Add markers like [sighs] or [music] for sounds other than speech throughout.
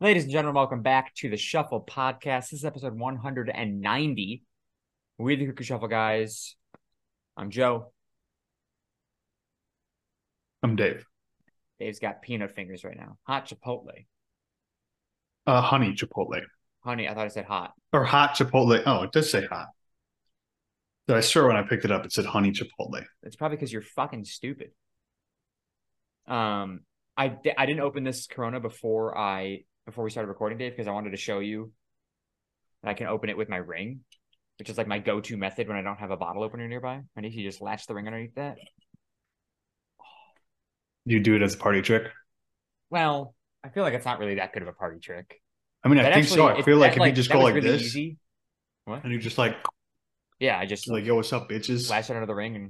Ladies and gentlemen, welcome back to the Shuffle Podcast. This is episode 190. We the Cuckoo Shuffle guys. I'm Joe. I'm Dave. Dave's got peanut fingers right now. Hot Chipotle. Uh, honey Chipotle Honey, I thought I said hot. or hot Chipotle. Oh, it does say hot. But I swear when I picked it up, it said honey Chipotle. It's probably because you're fucking stupid. Um, I di- I didn't open this Corona before I before we started recording, Dave, because I wanted to show you that I can open it with my ring, which is like my go-to method when I don't have a bottle opener nearby. I need to just latch the ring underneath that. You do it as a party trick. Well, I feel like it's not really that good of a party trick. I mean, I That think so. actually- I it- feel that, like if you just that go was like really this easy. and you just like Yeah, I just like yo, what's up, bitches? Lash it under the ring and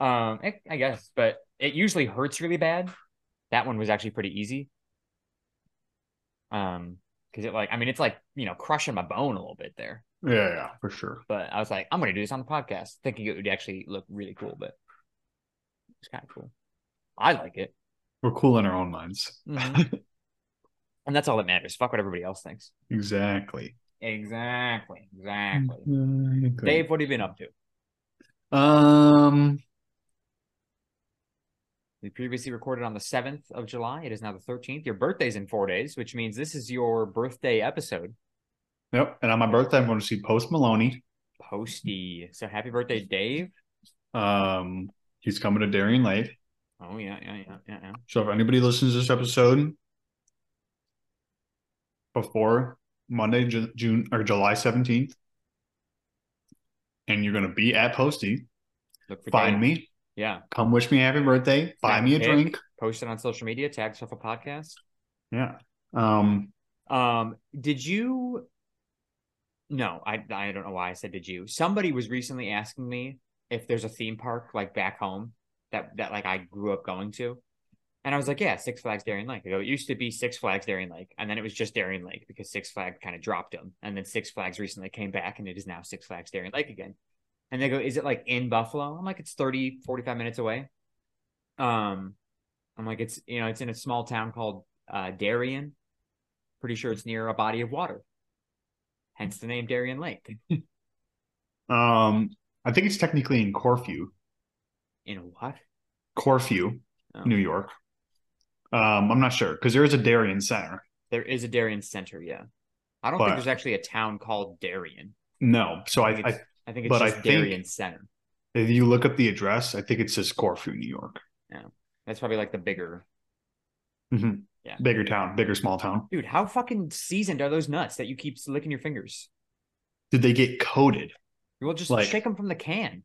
um I, I guess but it usually hurts really bad that one was actually pretty easy um because it like i mean it's like you know crushing my bone a little bit there Yeah, yeah, for sure. but i was like i'm gonna do this on the podcast thinking it would actually look really cool but it's kind of cool i like it We're cool in our own minds. [laughs] Mhm. and that's all that matters fuck what everybody else thinks Exactly. exactly Mm-hmm. exactly Exactly. dave what have you been up to Um. We previously recorded on the 7th of July. It is now the 13th. Your birthday's in four days, which means this is your birthday episode. Yep. And on my birthday, I'm going to see Post Maloney. Posty. So happy birthday, Dave. Um, he's coming to Darien Lake. Oh, yeah, yeah, yeah, yeah. yeah. So if anybody listens to this episode before Monday, Ju- June or July 17th, and you're going to be at Posty, Look for find Dave. me, Yeah. come wish me happy birthday, buy Snap me a pic. drink. Post it on social media, tag Shuffle Podcast. Yeah. Um, Um, did you No, I I don't know why I said did you. Somebody was recently asking me if there's a theme park like back home that that like I grew up going to. And I was like, yeah, Six Flags Darien Lake. I go, it used to be Six Flags Darien Lake, and then it was just Darien Lake because Six Flag kind of dropped them, and then Six Flags recently came back, and it is now Six Flags Darien Lake again. And they go, is it like in Buffalo? I'm like, it's 30, 45 minutes away. Um, I'm like, it's you know, it's in a small town called uh, Darien. Pretty sure it's near a body of water, hence the name Darien Lake. um, I think it's technically in Corfu, In what? Corfu, Oh. New York. Um, I'm not sure because there is a Darien Center. There is a Darien Center, yeah. I don't But- think there's actually a town called Darien. No, so I, think I it's- I think it's but I just think- Darien Center. if you look up the address, I think it says Corfu, New York. That's probably like the bigger Mhm. Yeah. Bigger town, bigger small town. dude. How fucking seasoned are those nuts that you keep licking your fingers? Did they get coated? We'll just Like- shake them from the can.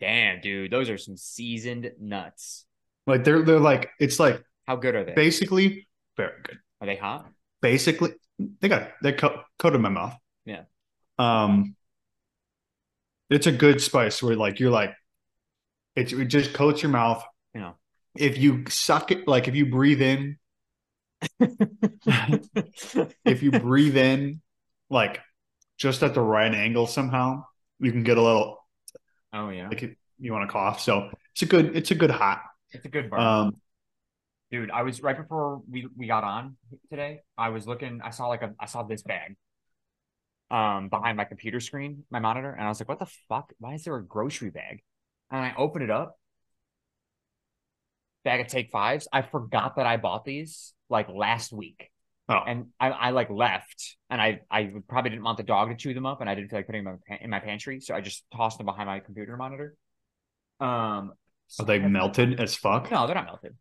Damn, dude, those are some seasoned nuts. Like they're they're like it's like How good are they? basically very good. are they hot? Basically, they got they co- coated my mouth. Yeah. Um, it's a good spice where like you're like, it, it just coats your mouth. Yeah. If you suck it, like if you breathe in, [laughs] if you breathe in, like just at the right angle somehow, you can get a little [laughs] oh yeah, like if you want to cough. So it's a good it's a good hot. it's a good burn. Um, Dude, I was right before we we got on today. I was looking. I saw like a I saw this bag, um, behind my computer screen, my monitor, and I was like, "What the fuck? Why is there a grocery bag?" And I opened it up. Bag of Take Fives. I forgot that I bought these like last week, oh, and I, I like left, and I I probably didn't want the dog to chew them up, and I didn't feel like putting them in my, pan- in my pantry, so I just tossed them behind my computer monitor. Um, are they so- melted as fuck? no, they're not melted.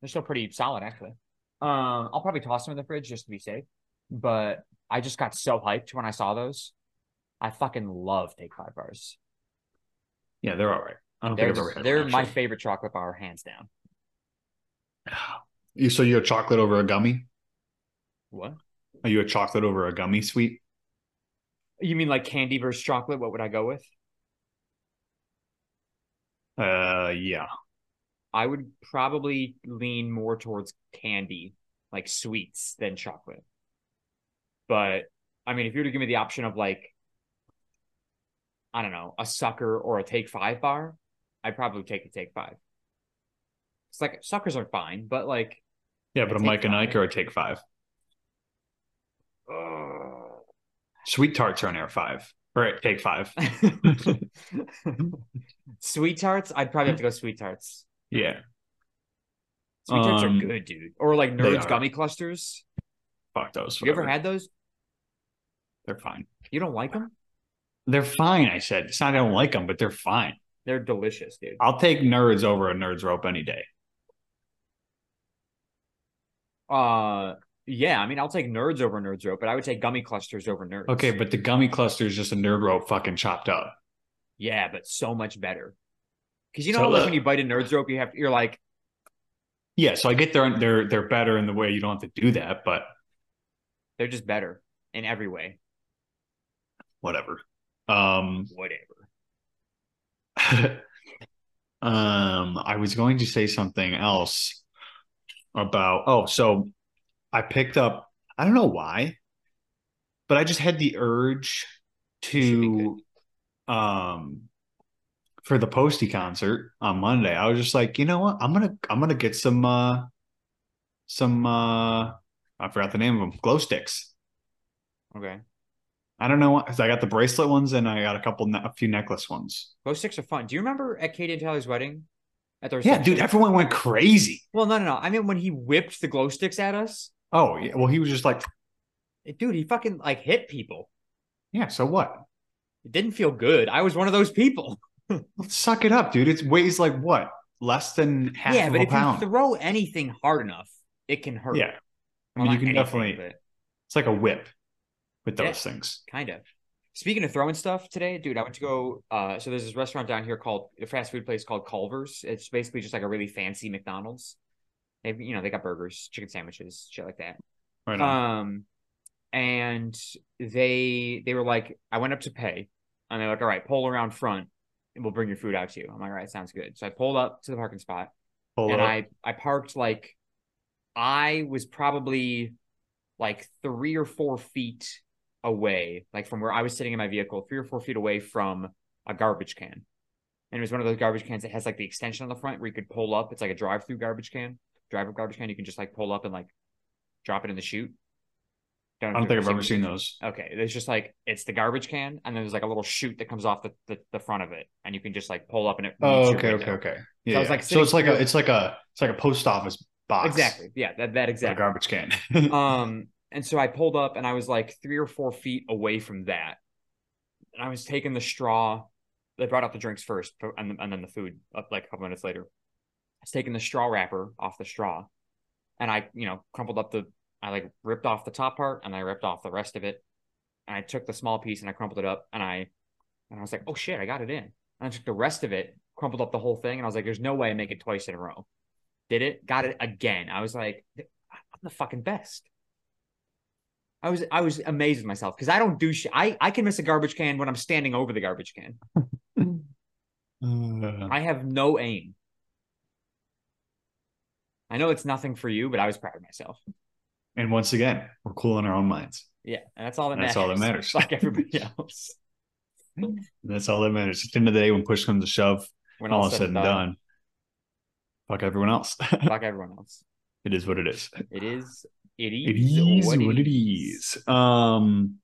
They're still pretty solid, actually. Um, I'll probably toss them in the fridge just to be safe. But I just got so hyped when I saw those. I fucking love Take Five bars. Yeah, they're all right. I don't They're think I've ever had they're one, my actually. favorite chocolate bar, hands down. You so you're a chocolate over a gummy? What? Are you a chocolate over a gummy sweet? You mean like candy versus chocolate? What would I go with? Uh yeah. I would probably lean more towards candy, like sweets, than chocolate. But I mean, if you were to give me the option of like, I don't know, a sucker or a take five bar, I'd probably take the take five. It's like suckers are fine, but like Yeah, but a Take Mike and five. Ike are a take five. Sweet tarts are an air five or a [laughs] take five. [laughs] sweet tarts, I'd probably have to go sweet tarts. Yeah, Sweet tarts Um, are good, dude. Or like they nerds are. gummy clusters. fuck those. You ever whatever. had those? They're fine. You don't like them? They're fine. I said it's not. I don't like them, but they're fine. They're delicious, dude. I'll take nerds over a nerds rope any day. Uh, yeah. I mean, I'll take nerds over nerds rope, but I would take gummy clusters over nerds. Okay, but the gummy cluster is just a nerd rope fucking chopped up. yeah, but so much better. Because you know, So, how, like uh, when you bite a nerds rope, you have you're like, Yeah, so I get they're they're they're better in the way you don't have to do that, but they're just better in every way. whatever. Um, Whatever. um, [laughs] I was going to say something else about. Oh, so I picked up. I don't know why, but I just had the urge should be to, um, for the Posty concert on Monday. I was just like, you know what? I'm gonna I'm gonna get some uh, some uh, I forgot the name of them. Glow sticks. Okay. I don't know. what- 'cause I got the bracelet ones and I got a couple, ne- a few necklace ones. Glow sticks are fun. Do you remember at Katie and Tyler's wedding? At their Yeah, dude, reception? everyone went crazy. well, no, no, no. I mean, when he whipped the glow sticks at us, Oh, yeah. Well, he was just like, dude, he fucking like hit people. yeah, so what? It didn't feel good. I was one of those people. Let's suck it up, dude. It weighs like what? Less than half yeah, of but a if pound. you throw anything hard enough, it can hurt. yeah. I Well, mean, not you can anything, definitely, but- it's like a whip with those Yeah. things. kind of. Speaking of throwing stuff today, dude, I went to go. Uh, so there's this restaurant down here called a fast food place called Culver's. It's basically just like a really fancy McDonald's. They, you know, they got burgers, chicken sandwiches, shit like that. Right on. Um, and they they were like, I went up to pay, and they're like, all right, pull around front, and we'll bring your food out to you. I'm like, all right, sounds good. So I pulled up to the parking spot, Pull and up. I I parked like I was probably like three or four feet away, like from where I was sitting in my vehicle, three or four feet away from a garbage can. And it was one of those garbage cans that has like the extension on the front where you could pull up. It's like a drive-through garbage can, drive-up garbage can. You can just like pull up and like drop it in the chute. I know don't if think you've I've ever these. seen those. Okay, it's just like it's the garbage can, and then there's like a little chute that comes off the, the, the front of it, and you can just like pull up and it. meets Oh, your okay, okay, window. okay. Yeah. I was, yeah. like, so it's like sitting a, it's like a, it's like a post office box. Exactly. Yeah, that that with A exactly. garbage [laughs] can. um and so i pulled up and i was like three or four feet away from that and i was taking the straw they brought out the drinks first but- and, and then the food uh, like a couple minutes later i was taking the straw wrapper off the straw and i you know crumpled up the i like ripped off the top part and i ripped off the rest of it and i took the small piece and i crumpled it up and i and i was like oh shit i got it in and i took the rest of it crumpled up the whole thing and i was like there's no way i make it twice in a row did it got it again i was like i'm the fucking best I was I was amazed with myself because I don't do shit. I I can miss a garbage can when I'm standing over the garbage can. Uh, I have no aim. I know it's nothing for you, but I was proud of myself. and once again, we're cool in our own minds. Yeah, and that's all that matters. That's all that matters. Like [laughs] everybody [laughs] else. That's all that matters. At the end of the day, when push comes to shove, When all all's said and done, done, fuck everyone else. [laughs] fuck everyone else. it is what it is. It is. It It is. is what it is. Um.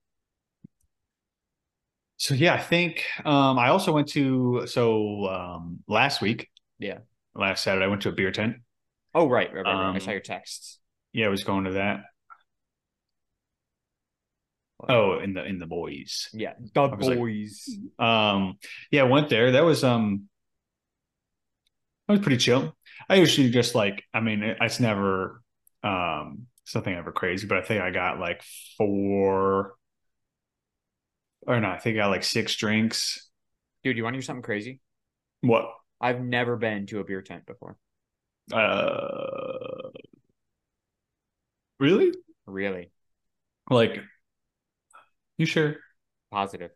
So yeah, I think um, I also went to so um, last week. Yeah. Last Saturday, I went to a beer tent. Oh right, right, right. right. I Um, saw your texts. Yeah, I was going to that. Oh, in the in the boys. Yeah, the was like- boys. Um. Yeah, I went there. That was um. That was pretty chill. I usually just like. I mean, it, it's never. Um. It's nothing ever crazy, but I think I got like four. Or no, I think I got like six drinks. Dude, you want to hear something crazy? What? I've never been to a beer tent before. Uh, really? Really Like, you sure? positive.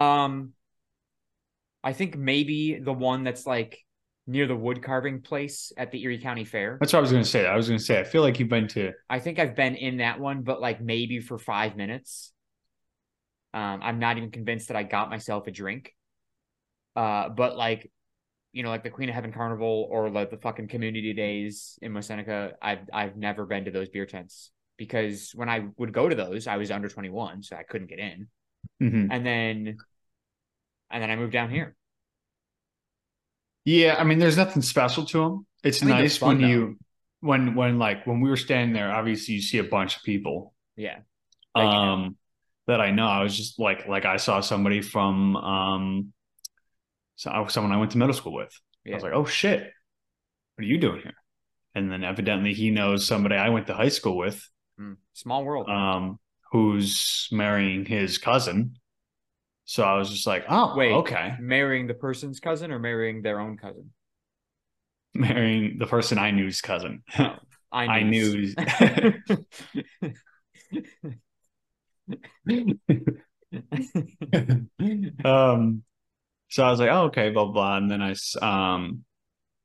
Um, I think maybe the one that's like near the wood carving place at the Erie County Fair. That's what I was gonna say. I was gonna say I feel like you've been to. I think I've been in that one, but like maybe for five minutes. Um, I'm not even convinced that I got myself a drink. Uh, but like you know, like the Queen of Heaven Carnival or like the fucking community days in Moseneca, I've I've never been to those beer tents because when I would go to those, I was under 21, so I couldn't get in. Mhm. [laughs] And then and then I moved down here. Yeah, I mean, there's nothing special to them. It's I mean, they're nice fun, when you when when like when we were standing there. Obviously, you see a bunch of people. Yeah. That you know. Um, that I know. I was just like like I saw somebody from um, so I- someone I went to middle school with. I was Yeah. like, oh shit, what are you doing here? And then evidently he knows somebody I went to high school with, Mm. Small world. um, who's marrying his cousin. So I was just like, oh, Wait. okay, [laughs] marrying the person's cousin or marrying their own cousin? marrying the person I knew's cousin. [laughs] I knew. um, so I was like, oh, okay, blah blah, and then I, s- um,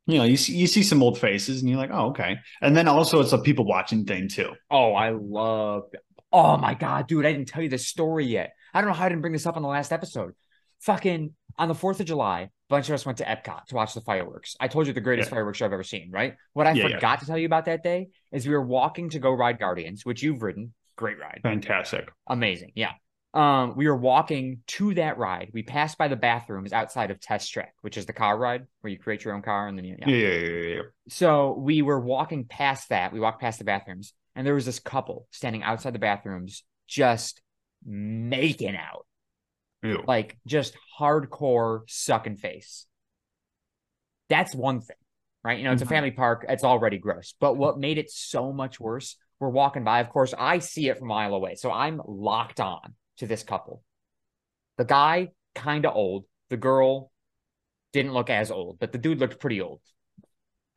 you know, you see, you see some old faces, and you're like, oh, okay, and then also it's a people watching thing too. Oh, I love. Oh my god, dude! I didn't tell you this story yet. I don't know how I didn't bring this up on the last episode. Fucking on the Fourth of July, a bunch of us went to Epcot to watch the fireworks. I told you the greatest Yeah. fireworks show I've ever seen, right? What I Yeah, yeah. forgot to tell you about that day is we were walking to go ride Guardians, which you've ridden. Great ride, Fantastic. amazing, yeah. Um, we were walking to that ride. We passed by the bathrooms outside of Test Track, which is the car ride where you create your own car and then you, yeah. Yeah, yeah, yeah, yeah. So we were walking past that. We walked past the bathrooms, and there was this couple standing outside the bathrooms, just making out, yeah. Ew. like just hardcore sucking face. That's one thing, right? You know, it's a Mhm. family park. It's already gross. But what made it so much worse, we're walking by. Of course, I see it from a mile away. So I'm locked on to this couple. The guy, kind of old. The girl didn't look as old, but the dude looked pretty old.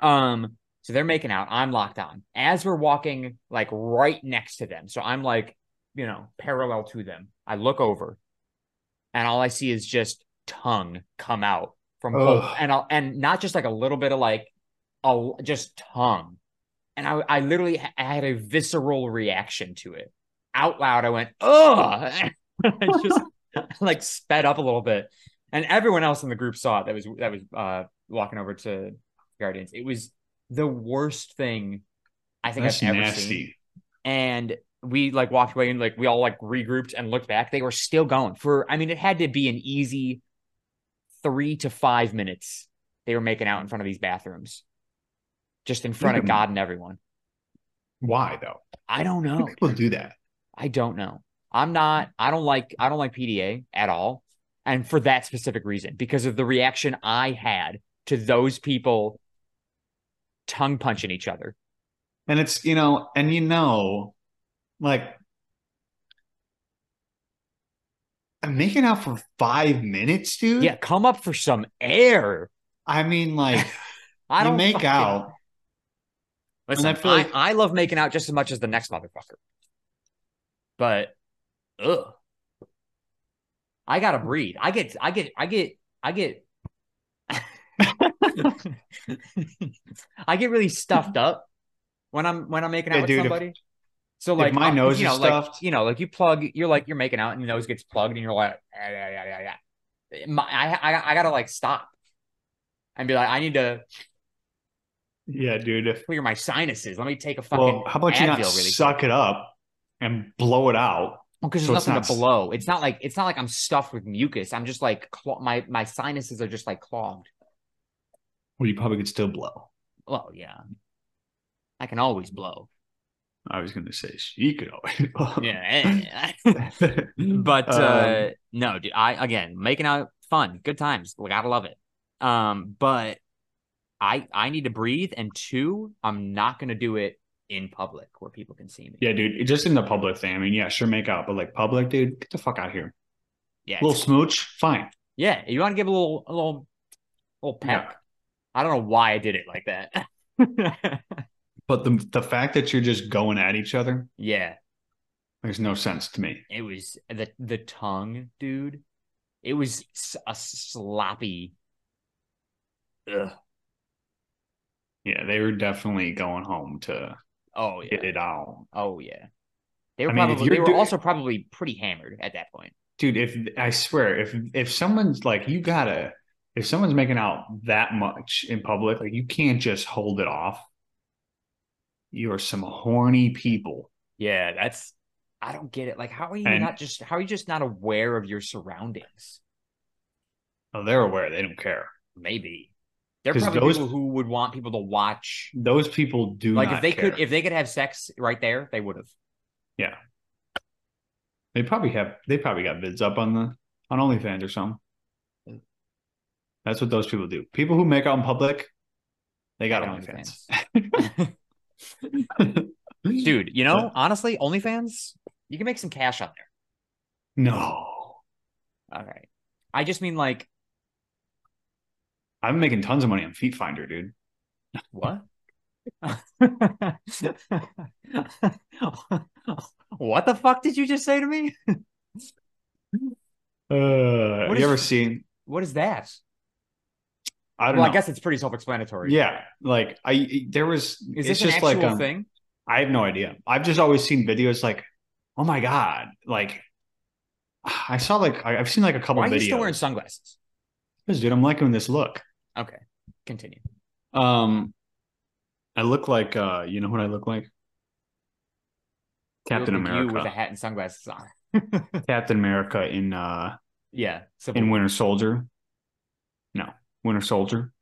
Um, so they're making out. I'm locked on. As we're walking, like right next to them. So I'm like, you know, parallel to them. I look over and all I see is just tongue come out from both Ugh. and I'll and not just like a little bit of like a just tongue. And I I literally I had a visceral reaction to it. Out loud, I went, ugh. [laughs] I just like sped up a little bit. And everyone else in the group saw it that was that was uh walking over to Guardians. It was the worst thing I think That's I've ever seen. nasty. And we like walked away and like we all like regrouped and looked back. They were still going for. I mean, it had to be an easy three to five minutes. They were making out in front of these bathrooms, just in front of Mhm. God and everyone. Why though? I don't Why know. people do that? I don't know. I'm not. I don't like. I don't like PDA at all, and for that specific reason, because of the reaction I had to those people tongue punching each other. And it's you know, and you know, like I'm making uh, out for five minutes, dude. Yeah, come up for some air. I mean, like [laughs] I you don't make fucking- out. [laughs] Listen, I, and I feel like- I love making out just as much as the next motherfucker. But ugh. I gotta breathe. I get I get I get I [laughs] get I get really stuffed up when I'm when I'm making out Yeah, with dude, if- somebody. so if like my uh, nose you know, is like, stuffed- you know, like you plug, you're like you're making out, and your nose gets plugged, and you're like, "Ah, yeah, yeah, yeah, yeah. My, I, I, I gotta like stop and be like, I need to Yeah, dude. If, clear my sinuses. Let me take a fucking. well, how about you not Advil really suck it up and blow it out? because so there's it's nothing not to s- blow. It's not like it's not like I'm stuffed with mucus. I'm just like clo- my my sinuses are just like clogged. Well, you probably could still blow. Well, yeah, I can always [laughs] blow. I was going to say she could always [laughs] blow. Um, Yeah, eh, [laughs] but uh, no, dude. I again making out fun, good times. Like I love it. Um, but I I need to breathe, and two, I'm not gonna do it in public where people can see me. yeah, dude. it- Just in the public thing. I mean, yeah, sure, make out, but like public, dude, get the fuck out of here. yeah, Little smooch, fine. Yeah, you want to give a little, a little, little peck. I don't know why I did it like that. [laughs] But the the fact that you're just going at each other yeah, makes no sense to me. it was the the tongue, dude. It was s- a sloppy. Ugh. Yeah, they were definitely going home to Oh yeah. get it on, Oh yeah. They were I mean, if probably you're they were doing- also probably pretty hammered at that point. dude. If I swear, if if someone's like, you gotta if someone's making out that much in public, like you can't just hold it off. You are some horny people. Yeah, that's I don't get it. Like how are you And- not just how are you just not aware of your surroundings? Oh, they're aware. They don't care. Maybe. There are 'Cause probably those- people who would want people to watch Those people do like not if they care. could if they could have sex right there, they would have. they probably have they probably got vids up on the on OnlyFans or something. That's what those people do. People who make out in public, they got Got OnlyFans. [laughs] Dude, you know, honestly, OnlyFans, you can make some cash on there. [gasps] No. All right. I just mean like I'm making tons of money on Feet Finder, dude. what? [laughs] what the fuck did you just say to me? Uh, What you is- ever seen? What is that? I don't Well, know. I guess it's pretty self-explanatory. yeah, like I there was. Is it's this an just actual like um, thing? I have no idea. I've just always seen videos like, oh my god, like I saw like I, I've seen like a couple Why are you videos. still wearing sunglasses? dude, I'm liking this look. Okay. Continue. Um, I look like uh, you know what I look like? Captain You look like You with a America. hat and sunglasses on. Captain America in uh Yeah. Civil in War. Winter Soldier. No, Winter Soldier.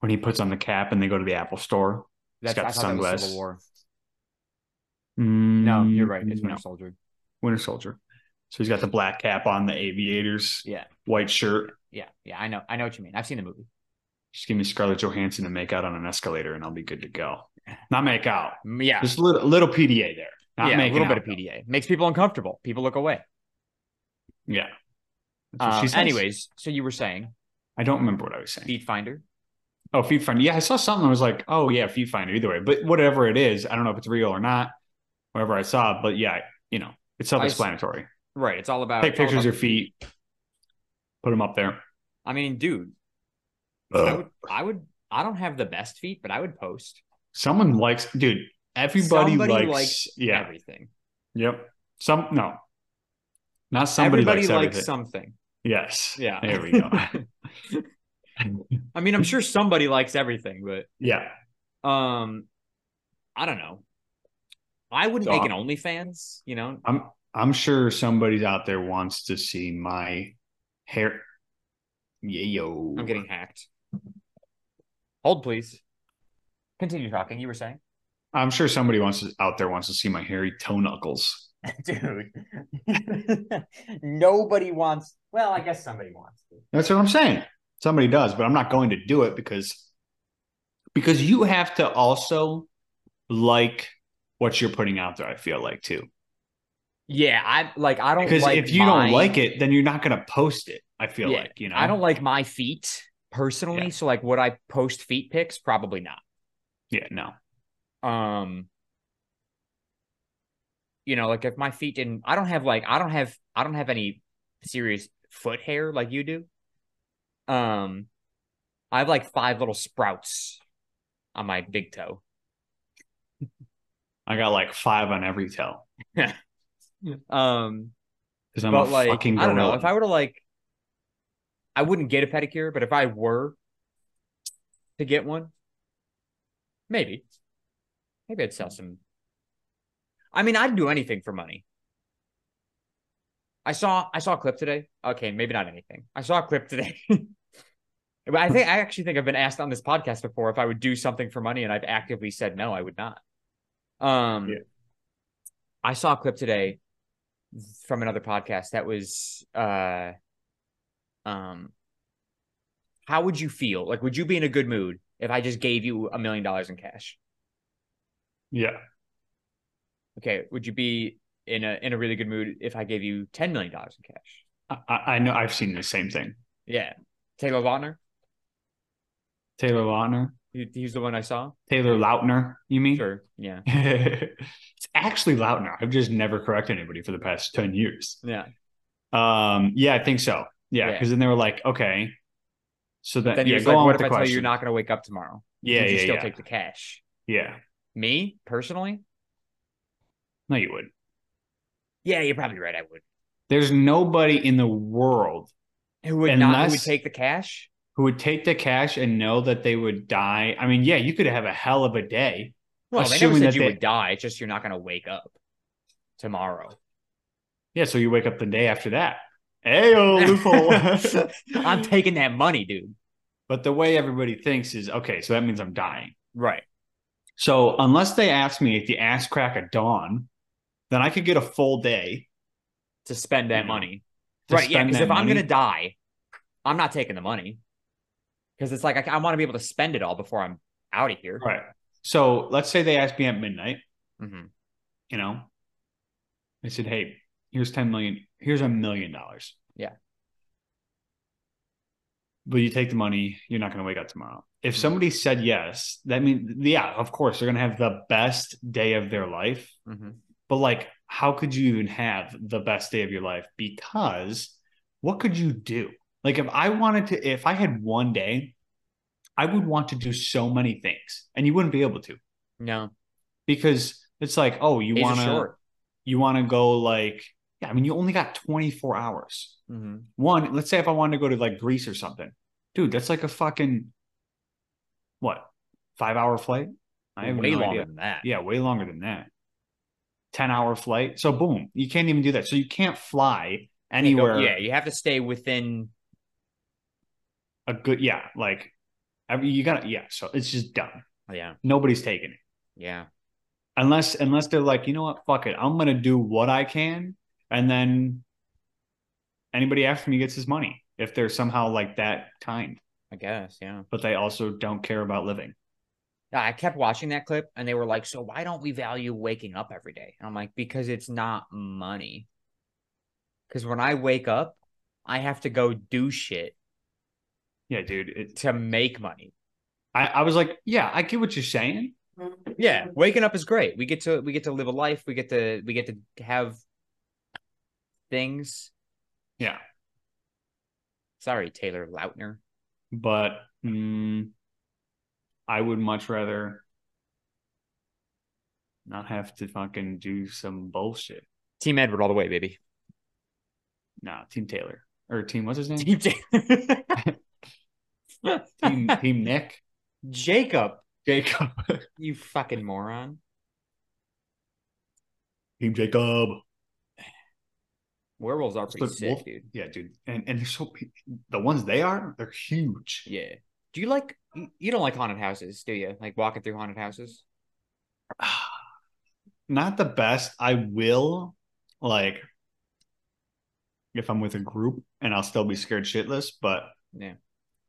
When he puts on the cap and they go to the Apple store. That's got I thought that was sunglasses. Civil War. No, Mm, you're right. It's Winter no, Soldier. Winter Soldier. So he's got the black cap on, the aviators, Yeah. white shirt. Yeah. Yeah. I know. I know what you mean. I've seen the movie. Just give me Scarlett Johansson to make out on an escalator, and I'll be good to go. Not make out. Mm, Yeah. Just a little, little PDA there. Not yeah. A making little bit of out. PDA. Makes people uncomfortable. People look away. Yeah. That's what Uh, she says. anyways, so you were saying I don't remember what I was saying. Feet Finder. Oh, Feet Finder. Yeah, I saw something. I was like, oh yeah, Feet Finder. Either way, but whatever it is, I don't know if it's real or not. Whatever I saw, but yeah, you know, it's self-explanatory. Right. It's all about Take it's all pictures of about your the feet, put them up there. I mean, dude, I would. I would. I don't have the best feet, but I would post Someone likes, dude. Everybody Somebody likes, likes yeah, everything. yep. Some no, not somebody Everybody likes, likes everything. something. Yes, Yeah. There we go. [laughs] I mean, I'm sure somebody likes everything, but yeah, Um, I don't know. I wouldn't So make an OnlyFans. You know, I'm I'm sure somebody's out there wants to see my hair. Yeah, yo, I'm getting hacked. Hold, please. Continue talking. You were saying, I'm sure somebody wants to, out there wants to see my hairy toe knuckles. dude. [laughs] nobody wants. Well, I guess somebody wants. To. That's what I'm saying. Somebody does, but I'm not going to do it because because you have to also like what you're putting out there. I feel like too, Yeah, I like. I don't because like if you my- don't like it, then you're not going to post it. I feel Yeah, like you know. I don't like my feet personally. Yeah. So, like, would I post feet pics? Probably not. Yeah, no. um you know like if my feet didn't i don't have like i don't have i don't have any serious foot hair like you do um i have like five little sprouts on my big toe I got like five on every toe um because I'm but a like fucking i gorilla. don't know if i were to like i wouldn't get a pedicure but if i were to get one maybe maybe i'd sell some i mean i'd do anything for money i saw i saw a clip today okay maybe not anything i saw a clip today [laughs] But I think I actually think I've been asked on this podcast before if I would do something for money, and I've actively said no, I would not. Um, Yeah. I saw a clip today from another podcast that was, uh, um, how would you feel? Like, would you be in a good mood if I just gave you a million dollars in cash? yeah, Okay, would you be in a in a really good mood if I gave you ten million dollars in cash? I, I- I know. I've seen the same thing. Yeah, Taylor Lautner, Taylor Lautner, he, he's the one I saw. Taylor Lautner. You mean? Sure, yeah, [laughs] it's actually Lautner. I've just never corrected anybody for the past ten years. yeah. Um, yeah, I think so. Yeah, Yeah. because then they were like, okay, so that Then yeah, he's go like, on "What with if the I question. tell you you're not going to wake up tomorrow?" yeah, would you yeah, still yeah, take the cash? yeah. Me personally? No, you would. Yeah, you're probably right. I would. There's nobody in the world. Who would not? Who would Unless- take the cash? who would take the cash and know that they would die. I mean, yeah, you could have a hell of a day. Well, they never Assuming said that you they- would die. It's just you're not going to wake up tomorrow. Yeah, so you wake up the day after that. Ayo, loophole. [laughs] Mm. I'm taking that money, dude. [laughs] but the way everybody thinks is okay, so that means I'm dying. Right. So unless they ask me at the ass crack of dawn, then I could get a full day. To spend that Yeah. money. to right. Yeah. spend Because that if I'm money. going to die, I'm not taking the money. Because it's like I, want to be able to spend it all before I'm out of here. right. So let's say they asked me at midnight, Mhm. you know. They said, Hey, here's 10 million, here's a million dollars. Yeah. But you take the money, you're not gonna wake up tomorrow. If Mhm. somebody said yes, that means yeah, of course, they're gonna have the best day of their life. Mhm. But like, how could you even have the best day of your life? Because what could you do? Like, if I wanted to, if I had one day, I would want to do so many things, and you wouldn't be able to No. because it's like, oh, you Days are want to, short. you want to go like, yeah. I mean, you only got twenty four hours. Mhm. One, let's say if I wanted to go to like Greece or something, dude, that's like a fucking what five hour flight? I have Way no longer idea. than that. Yeah, way longer than that. 10 hour flight. So boom, you can't even do that. So you can't fly You go- anywhere. oh, Yeah. You have to stay within A good yeah, like I mean, you gotta yeah, so it's just done. oh, Yeah, Nobody's taking it. yeah, Unless unless they're like, you know what, fuck it. I'm gonna do what I can, and then anybody after me gets his money if they're somehow like that kind, I guess, yeah. but they also don't care about living. I kept watching that clip and they were like, So why don't we value waking up every day? And I'm like, Because it's not money. Because when I wake up, I have to go do shit Yeah, dude. It, to make money. I, I was like, yeah, I get what you're saying. Yeah, waking up is great. We get to we get to live a life. We get to we get to have things. Yeah. Sorry, Taylor Lautner. but mm, I would much rather not have to fucking do some bullshit. Team Edward all the way, baby. Nah, Team Taylor or Team what's his name? [laughs] Team Taylor. team Team Nick [laughs] Jacob, Jacob. you fucking moron. team Jacob. Werewolves are Let's pretty put sick, wolf- dude. Yeah, dude, and and they're so the ones they are they're huge. Yeah. Do you like you- you don't like haunted houses, do you? Like walking through haunted houses? Not the best. I will like if I'm with a group and I'll still be scared shitless, but Yeah.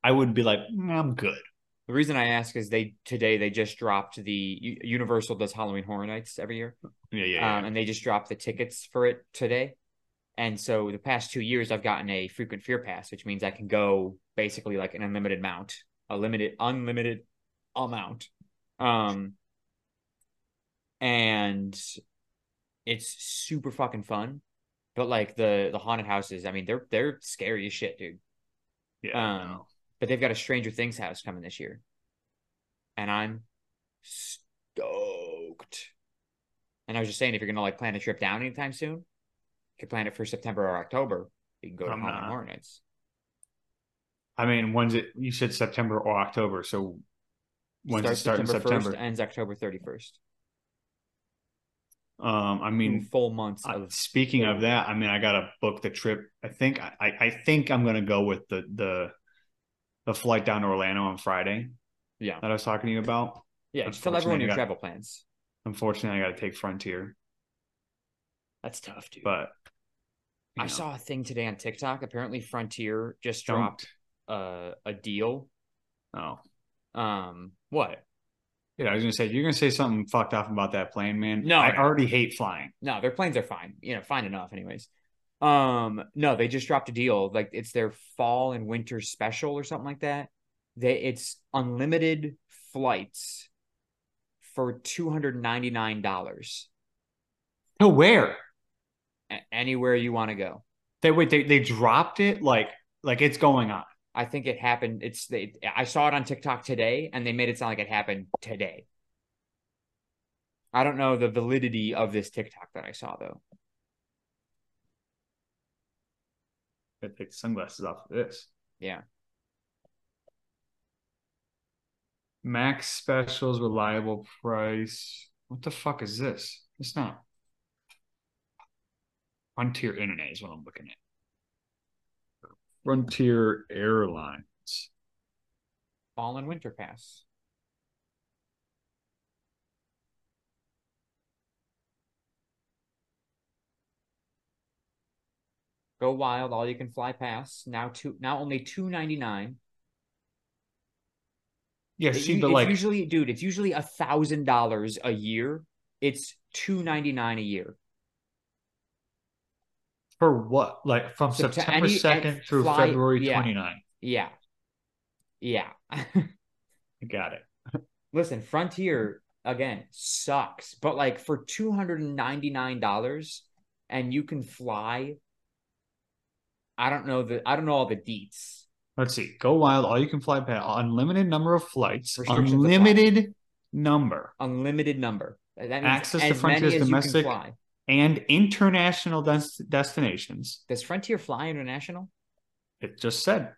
I would be like, "Mm, I'm good. The reason I ask is they today they just dropped the U- Universal does Halloween Horror Nights every year, Yeah, yeah, yeah. um, and they just dropped the tickets for it today. And so the past two years, I've gotten a frequent fear pass, which means I can go basically like an unlimited amount, a limited unlimited amount, um, and it's super fucking fun. But like the the haunted houses, I mean, they're they're scary as shit, dude. Yeah. um, no. but they've got a Stranger Things house coming this year, and I'm stoked. And I was just saying, if you're gonna like plan a trip down anytime soon, you can plan it for September or October. You can go to I'm Haunted not. Horror Nights. I mean, when's it? You said September or October. So when's it start in September? ends October thirty first. Um, I I mean, mean, full months I- of speaking of that, I mean, I gotta book the trip. I think I, I I think I'm gonna go with the the the flight down to Orlando on Friday yeah, that I was talking to you about. yeah. Just tell everyone unfortunately, I your got- travel plans. Unfortunately, I gotta take Frontier, That's tough, dude. but I you know, saw a thing today on TikTok. Apparently, Frontier just don't- dropped uh, a deal. Oh, Um, what? yeah, I was gonna say you're gonna say something fucked off about that plane, man. No, I no. already hate flying. no, their planes are fine, you know, fine enough, anyways. Um, no, they just dropped a deal. Like it's their fall and winter special or something like that. They it's unlimited flights for two hundred ninety nine dollars To where? anywhere you want to go. They wait. They they dropped it like like it's going on. I think it happened. It's they. I saw it on TikTok today, and they made it sound like it happened today. I don't know the validity of this TikTok that I saw though. Gotta take the sunglasses off of this. Yeah. Max specials, reliable price. What the fuck is this? It's not. Frontier Internet is what I'm looking at. Frontier Airlines. Fall and winter pass. Go wild, all you can fly pass. Now two, now only two ninety nine. Yeah, It see, u- but it's like, usually, dude, it's usually a thousand dollars a year. It's two ninety nine a year. for what? Like from Sept- September any- 2nd through fly- February yeah. 29th. Yeah, yeah. I got it. Listen, Frontier again sucks, but like for two hundred and ninety nine dollars, and you can fly. I don't know the I don't know all the deets. Let's see. Go wild, all you can fly pad, unlimited number of flights, Restrictions apply. unlimited number, Unlimited number. That means Access to as Frontier's many as domestic- you can fly. and international des- destinations. Does Frontier fly international? It just said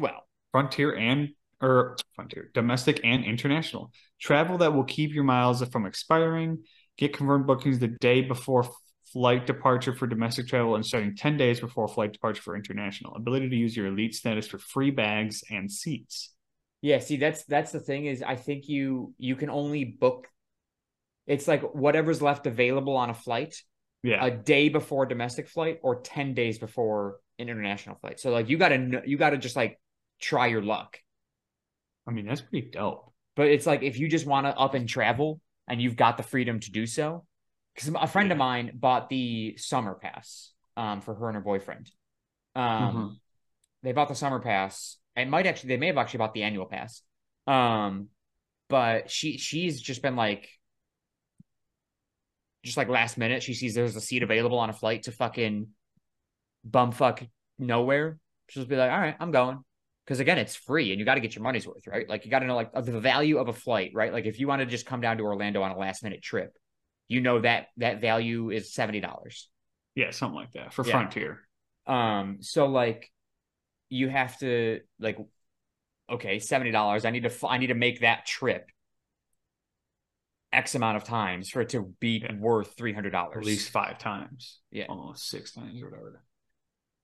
Well, frontier and or frontier domestic and international travel that will keep your miles from expiring get confirmed bookings the day before f- flight departure for domestic travel and starting 10 days before flight departure for international ability to use your elite status for free bags and seats Yeah, see that's that's the thing is I think you you can only book it's like whatever's left available on a flight yeah a day before domestic flight or 10 days before an international flight. So like you got to you got to just like try your luck. i mean that's pretty dope But it's like if you just want to up and travel and you've got the freedom to do so cuz a friend of Yeah. mine bought the summer pass um for her and her boyfriend. Um Mhm. they bought the summer pass. It might actually they may have actually bought the annual pass. Um, but she she's just been like just like last minute, she sees there's a seat available on a flight to fucking bumfuck nowhere. She'll just be like, all right, I'm going. Cause again, it's free and you got to get your money's worth, right? Like you got to know like the value of a flight, right? Like if you want to just come down to Orlando on a last minute trip, you know that that value is seventy dollars. yeah something like that for Yeah. frontier Um, so like you have to like okay, seventy dollars. I need to f- I need to make that trip X amount of times for it to be Yeah. worth three hundred at dollars. least five times Yeah. almost six times or whatever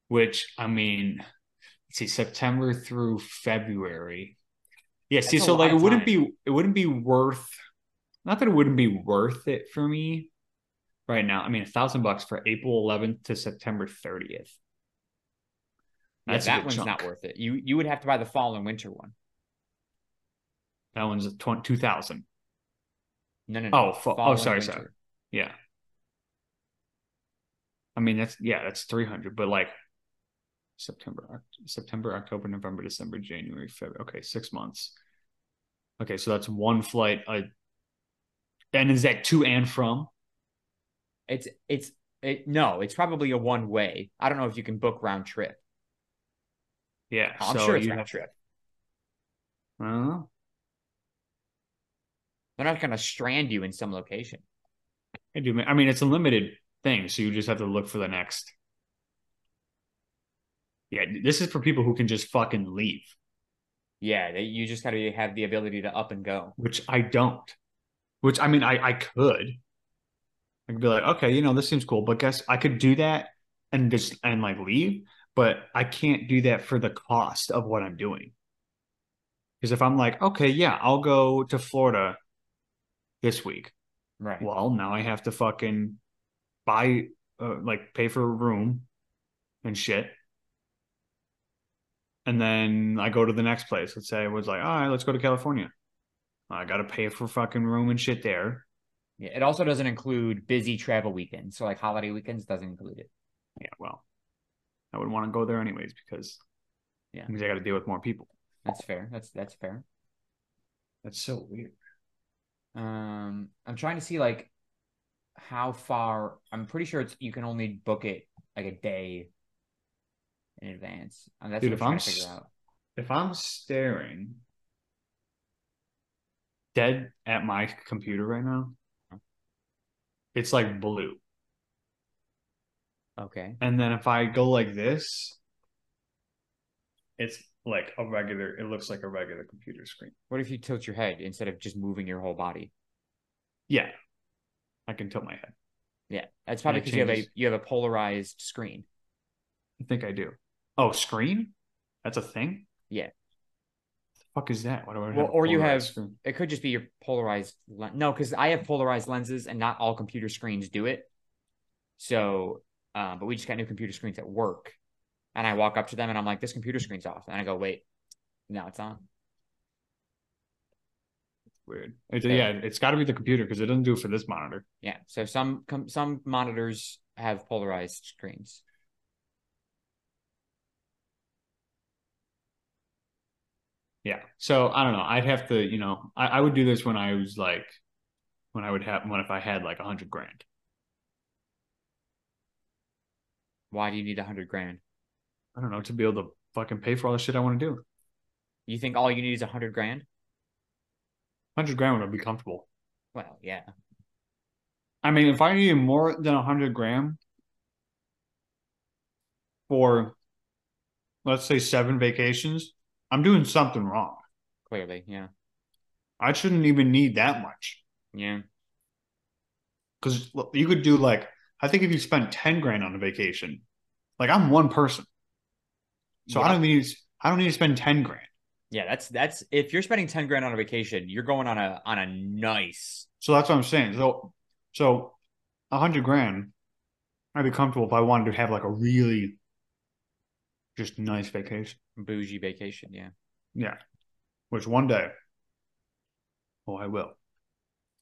which i mean let's see september through february yeah see That's a so lot like it of wouldn't time. be it wouldn't be worth not that it wouldn't be worth it for me right now i mean a thousand bucks for april 11th to september 30th yeah, that's a that good one's chunk. not worth it. You you would have to buy the fall and winter one. that one's a 20, 2000 No, no, no. oh fu- Fall oh and sorry winter. sorry yeah i mean that's yeah that's 300 but like September, Oct- September, October, November, December, January, February. Okay, six months. Okay, so that's one flight. I, and is that to and from? It's it's it, no, it's probably a one way. I don't know if you can book round trip. Yeah, Oh, I'm so sure it's you round have- trip. I don't know. They're not gonna strand you in some location. I do. I mean, it's a limited thing, so you just have to look for the next. Yeah, this is for people who can just fucking leave, Yeah, they, you just gotta have the ability to up and go. which I don't. Which I mean, I I could. I could be like, okay, you know, this seems cool, but guess I could do that and just and like leave, but I can't do that for the cost of what I'm doing. Because if I'm like, okay, yeah, I'll go to Florida this week. Right. Well, now I have to fucking buy, uh, like, pay for a room and shit. And then I go to the next place. Let's say I was like, all right, let's go to California. I got to pay for fucking room and shit there. Yeah, it also doesn't include busy travel weekends. So like holiday weekends doesn't include it. yeah, well, I would want to go there anyways because Yeah. because I got to deal with more people. That's fair. That's that's fair. That's so weird. Um I'm trying to see like how far I'm pretty sure it's you can only book it like a day in advance. And that's Dude, what if I'm trying I'm to figure s- out. If I'm staring dead at my computer right now, it's like blue. Okay. And then if I go like this, it's like a regular. It looks like a regular computer screen. What if you tilt your head instead of just moving your whole body? Yeah, I can tilt my head. Yeah, that's probably it because you have a changes. you have a polarized screen. I think I do. Oh, screen? That's a thing. Yeah. The fuck is that? What do I have? Well, or you polarized have- screen? It could just be your polarized lens. No, because I have polarized lenses, and not all computer screens do it. So, uh, but we just got new computer screens at work, and I walk up to them and I'm like, "This computer screen's off," and I go, "Wait, no, it's on." weird. It's, yeah, it's got to be the computer because it doesn't do it for this monitor. Yeah. So some com- some monitors have polarized screens. Yeah. So I don't know. I'd have to, you know, I, I would do this when I was like, when I would have, when if I had like a hundred grand, Why do you need a hundred grand? I don't know, to be able to fucking pay for all the shit I want to do. You think all you need is a hundred grand? Hundred grand would be comfortable. Well, yeah. I mean, if I needed more than a hundred grand for, let's say, seven vacations, I'm doing something wrong. Clearly, yeah, I shouldn't even need that much yeah. because you could do like I think if you spend ten grand on a vacation, like I'm one person, so yeah. I don't need I don't need to spend ten grand. Yeah, that's that's if you're spending ten grand on a vacation, you're going on a on a nice. So that's what I'm saying. So so a hundred grand, I'd be comfortable if I wanted to have like a really just nice vacation. bougie vacation. Yeah, Which one day, oh, I will.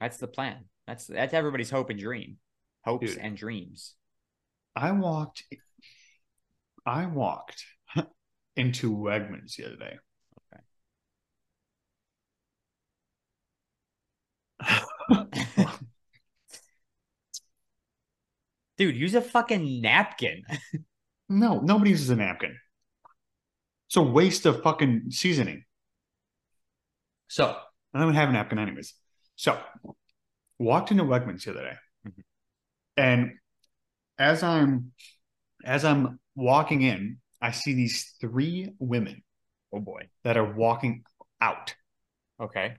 that's the plan. That's that's everybody's hope and dream, hopes Dude. and [laughs] dreams. I walked, I walked [laughs] into Wegmans the other day. Dude, use a fucking napkin. No, nobody uses a napkin. It's a waste of fucking seasoning. So I don't have a napkin, anyways. So walked into Wegmans the other day, Mhm. and as I'm as I'm walking in, I see these three women Oh boy. that are walking out, Okay.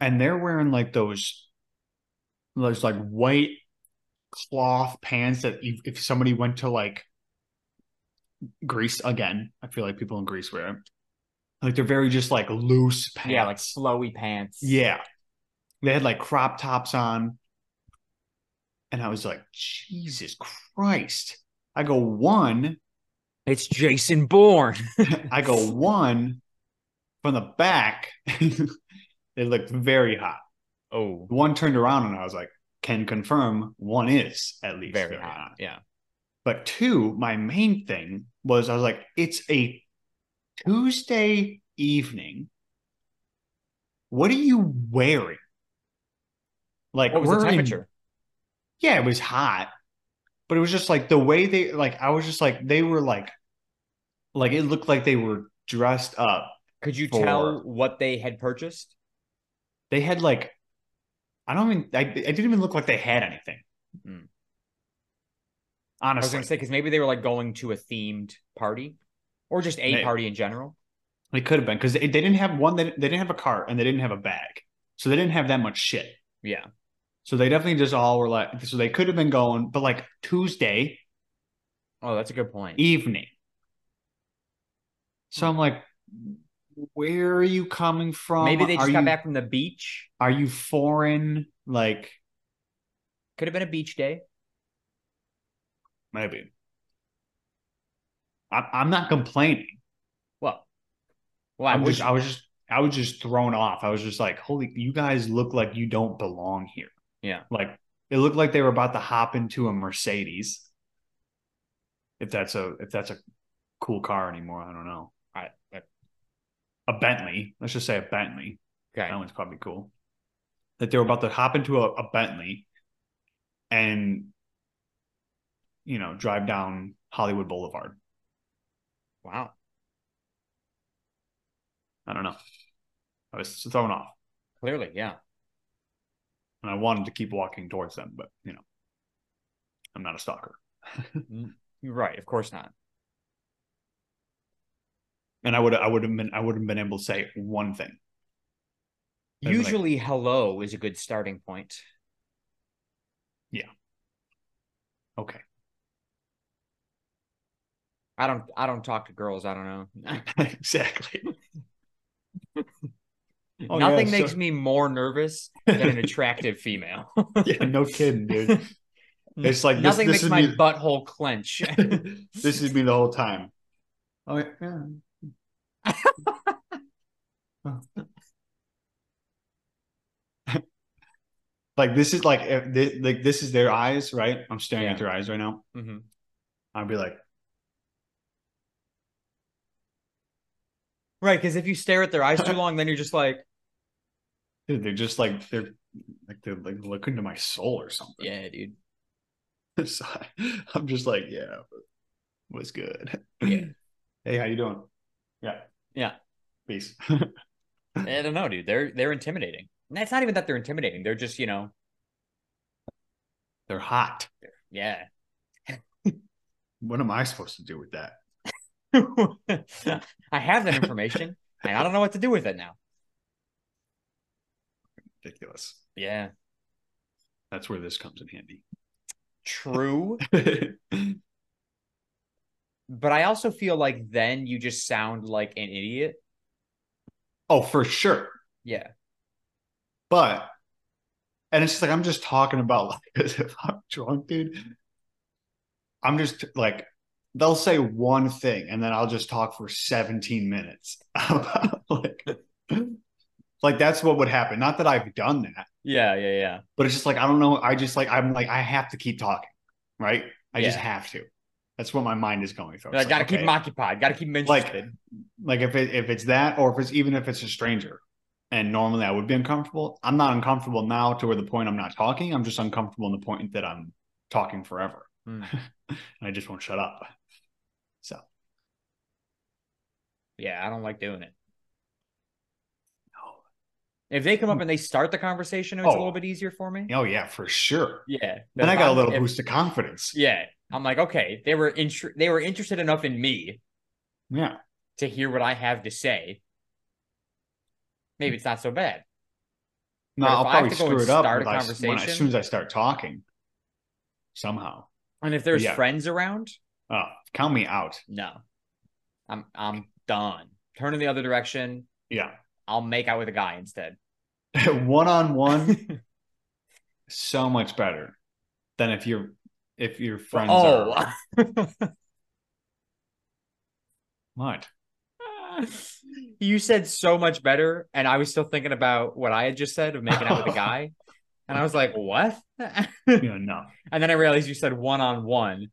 and they're wearing like those those like white cloth pants that if, if somebody went to like Greece again, I feel like people in Greece wear it. Like they're very just like loose pants. Yeah, like flowy pants. yeah. They had like crop tops on. And I was like, Jesus Christ. I go, one, It's Jason Bourne. I [laughs] go, one from the back. [laughs] they looked very hot. Oh, One turned around and I was like, can confirm one is at least very hot. Yeah. But two, my main thing was I was like, it's a Tuesday evening. What are you wearing? Like What was the we're in- temperature? yeah, it was hot, but it was just like the way they like. I was just like they were like, like it looked like they were dressed up. Could you Four. tell what they had purchased? They had like, I don't even. I, I didn't even look like they had anything. Mm. I was Honestly, gonna say because maybe they were like going to a themed party, or just a Maybe. party in general. They could have been because they, they didn't have one. They, they didn't have a cart and they didn't have a bag, so they didn't have that much shit. Yeah. So they definitely just all were like, so they could have been going, but like Tuesday Oh, that's a good point. evening. So I'm like, where are you coming from? maybe they are just got you, back from the beach. Are you foreign? Like Could have been a beach day. maybe. I'm I'm not complaining. Well, well, I I'm wish just I was just I was just thrown off. I was just like, holy, you guys look like you don't belong here. Yeah. Like it looked like they were about to hop into a Mercedes. If that's a if that's a cool car anymore, I don't know. I, I- A Bentley. Let's just say a Bentley. okay. That one's probably cool. That they were about to hop into a, a Bentley and you know, drive down Hollywood Boulevard. Wow. I don't know. I was thrown off. Clearly, yeah. and I wanted to keep walking towards them, but you know, I'm not a stalker. You're right. Of course not. and I would I would have been I would have been able to say one thing. [laughs] I'd be like- Usually, hello is a good starting point. Okay. I don't. I don't talk to girls. I don't [laughs] know. exactly. Oh, yeah, Nothing so- makes me more nervous than an attractive [laughs] female. Yeah, no kidding, dude. It's like this- Mm. Nothing this makes would my be- butthole [laughs] clench. [laughs] this is me the whole time. Oh yeah. [laughs] like this is like if thi- like this is their eyes, right? I'm staring Yeah. at their eyes right now. hmm I'd be like, Right, because if you stare at their eyes too long, then you're just like, dude, they're just like they're like they're like looking to my soul or something. yeah, dude. [laughs] So [laughs] I- I'm just like, yeah, was good. Yeah. [laughs] Hey, how you doing? Yeah. Yeah. Peace. [laughs] I don't know, dude. They're they're intimidating. And it's not even that they're intimidating. They're just you know, They're hot. yeah. [laughs] What am I supposed to do with that? I have that information, and I don't know what to do with it now. Ridiculous. Yeah, That's where this comes in handy. true. But I also feel like then you just sound like an idiot. [laughs] oh, for sure. Yeah, But and it's just like I'm just talking about [laughs] like as if I'm drunk, dude. I'm just like they'll say one thing and then I'll just talk for 17 minutes [laughs] about like like that's what would happen. Not that I've done that, yeah, yeah, yeah. but it's just like I don't know. I just like I'm like I have to keep talking, right? I just Yeah. have to. That's what my mind is going through. I It's gotta like, keep okay, them occupied. Gotta keep them Like- interested. like if it if it's that or if it's even if it's a stranger and normally i would be uncomfortable i'm not uncomfortable now to where the point i'm not talking i'm just uncomfortable in the point that i'm talking forever Hmm. [laughs] and i just won't shut up so Yeah, I don't like doing it. If they come up and they start the conversation, it's a Oh. little bit easier for me. oh yeah for sure Yeah. then i If got a I'm- little if- boost of confidence Yeah. I'm like, okay, they were inter- they were interested enough in me yeah to hear what I have to say. Maybe it's not so bad. But no if i'll I have probably to go screw and it up start a if I- when I- as soon conversation- as i start talking somehow And if there's Yeah. friends around, oh count me out no. I'm I'm done. Turn in the other direction. yeah I'll make out with a guy instead. [laughs] one-on-one [laughs] so much better than if you're if your friends are oh. [laughs] What? you said so much better, and I was still thinking about what I had just said of making out with a [laughs] guy, and I was like, "What?" [laughs] and Yeah, no. then I realized you said one on one,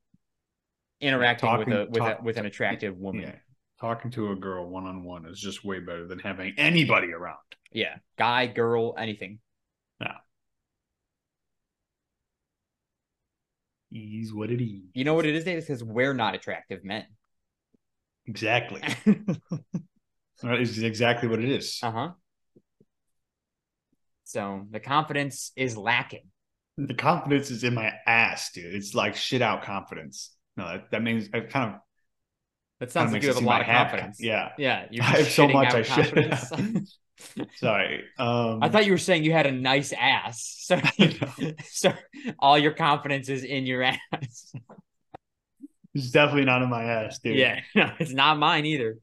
interacting with a Talking- with talk- a with an attractive woman. Yeah. Yeah. Talking to a girl one on one is just way better than having anybody around. guy, girl, anything. Is what it is. You know what it is, David? Because we're not attractive men. [laughs] Exactly. uh that is exactly what it is. huh. Uh-huh. So the confidence is lacking. The confidence is in my ass, dude. It's like shit out confidence. No, that, that means it kind of That kind sounds like of makes you it have a seem lot I of have confidence. con- Yeah. yeah. You're [laughs] I just have so shitting much out I shit confidence. [laughs] Sorry. Um, I thought you were saying you had a nice ass. [laughs] So, No. so all your confidence is in your ass. it's definitely not in my ass, dude. Yeah. [laughs] No, it's not mine either.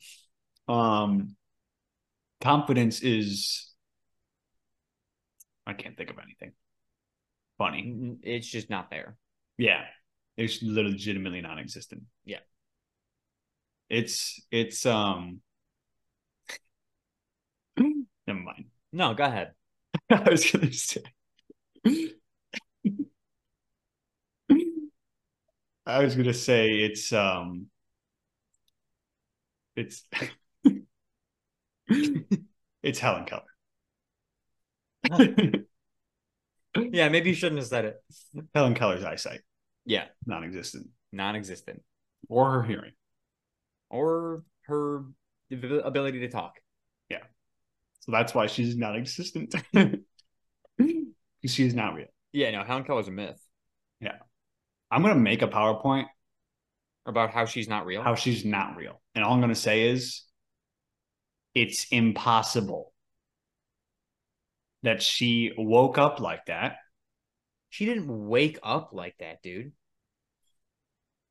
Um, confidence is. I can't think of anything funny. N- It's just not there. Yeah. It's legitimately non existent. Yeah. It's it's um [clears throat] never mind. No, go ahead. [laughs] I was gonna say I was gonna say it's um it's [laughs] it's Helen Keller. Yeah, maybe you shouldn't have said it. [laughs] Helen Keller's eyesight. Yeah. Non existent. Non existent. Or her hearing. Or her ab- ability to talk. So that's why she's not [laughs] existent. she's not real. Yeah, no, Helen Keller's a myth I'm going to make a PowerPoint about how she's not real. how she's not real. And all I'm going to say is it's impossible that she woke up like that. She didn't wake up like that, dude.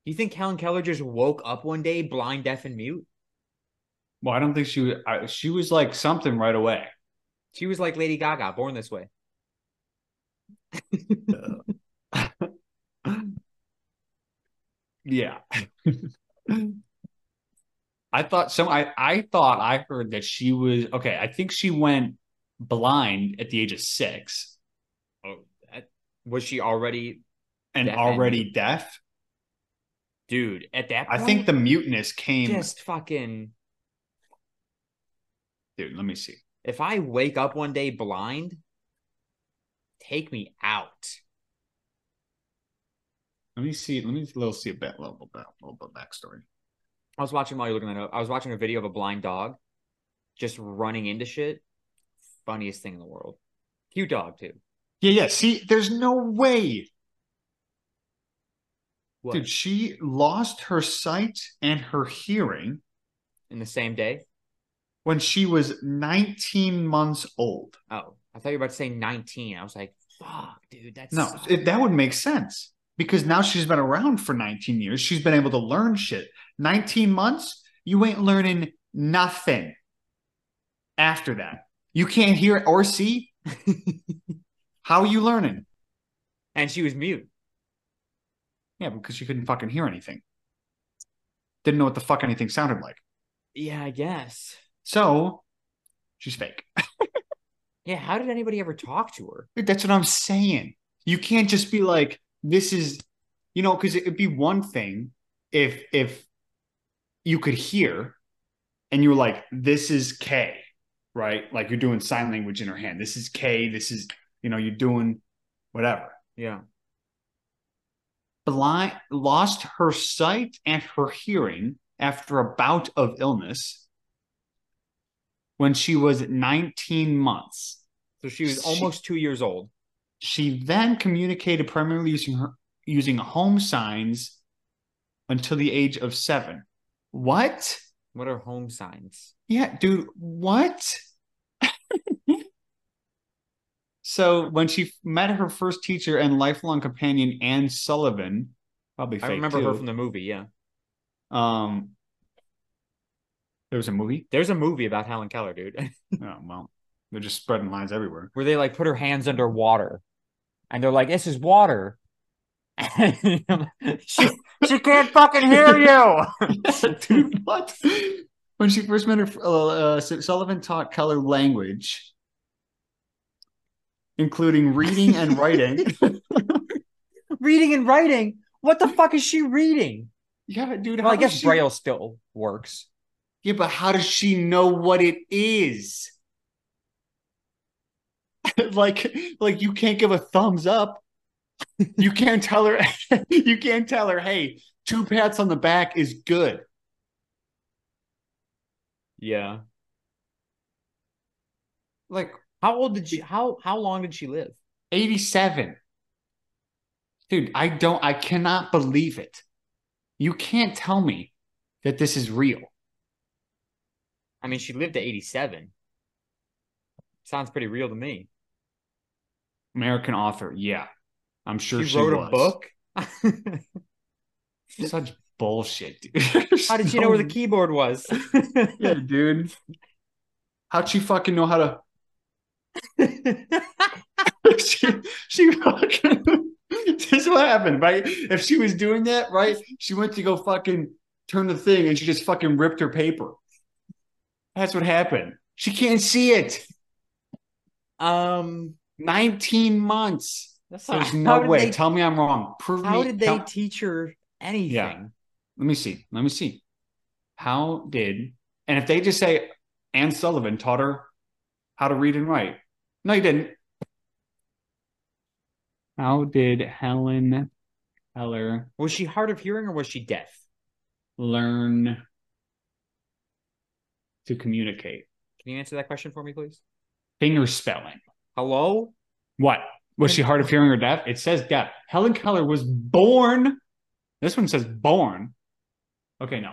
You think Helen Keller just woke up one day blind, deaf, and mute? Well, I don't think she was. I, she was like something right away. She was like Lady Gaga, born this way. yeah. [laughs] I thought some. I I thought I heard that she was okay. I think she went blind at the age of six Oh, that, was she already, and Deaf and already mute. deaf. dude? At that, I point, think the muteness came. just fucking. Dude, let me see. If I wake up one day blind, take me out. Let me see. Let me little see a bit, little bit, little bit backstory. I was watching while you're looking that up. I was watching a video of a blind dog just running into shit. Funniest thing in the world. Cute dog too. Yeah, yeah. See, there's no way, What? dude. She lost her sight and her hearing in the same day? when she was 19 months old. Oh, I thought you were about to say 19. I was like, fuck, dude, that's No, it, that would make sense because now she's been around for 19 years. She's been able to learn shit. 19 months, you ain't learning nothing after that. You can't hear or see. How are you learning? [laughs] and she was mute. Yeah, because she couldn't fucking hear anything. Didn't know what the fuck anything sounded like. Yeah, I guess. So she's fake. Yeah, how did anybody ever talk to her? That's what I'm saying. You can't just be like, this is, you know, because it'd be one thing if if you could hear and you were like, this is K, right? Like you're doing sign language in her hand. This is K. This is, you know, you're doing whatever. Yeah. Blind lost her sight and her hearing after a bout of illness when she was 19 months. So she was She- almost two years old. She then communicated primarily using her using home signs until the age of seven. What? What are home signs? Yeah, dude, what? [laughs] so when she met her first teacher and lifelong companion Anne Sullivan, probably fake I remember her too, from the movie. Yeah. um there was a movie. There's a movie about Helen Keller, dude, [laughs] Oh well, they're just spreading lies everywhere. where they like put her hands under water and they're like, this is water. [laughs] she, she can't fucking [laughs] hear you. [laughs] Dude, what? When she first met her, uh, uh, Sullivan taught Keller language, including reading [laughs] and writing. reading and writing. What the fuck is she reading? yeah, dude. Well, I how guess does she- Braille still works. Yeah, but how does she know what it is? [laughs] like, like you can't give a thumbs up. You can't tell her. [laughs] you can't tell her. Hey, two pats on the back is good. Yeah. Like How old did she? How how long did she live? 87. Dude, I don't, I cannot believe it. You can't tell me that this is real. I mean, she lived to eighty-seven. Sounds pretty real to me. American author. Yeah. I'm sure she, she, wrote was. a book. Such bullshit, dude. [laughs] How [laughs] how did she know where the keyboard [laughs] was? Yeah, dude. How'd she fucking know how to? [laughs] she, she fucking. [laughs] this is what happened, right? If she was doing that, right? She went to go fucking turn the thing and she just fucking ripped her paper. That's what happened. She can't see it. um, 19 months. that's There's how no did way. they- Tell me I'm wrong. Prove how me. did they tell- teach her anything? Let me see. Let me see. How did? And if they just say Anne Sullivan taught her how to read and write, no, you didn't. How did Helen Keller Was she hard of hearing or was she deaf? learn to communicate? Can you answer that question for me, please? Finger spelling. Hello. What? Was she hard of hearing or deaf? It says deaf. Helen Keller was born. This one says born. Okay, no.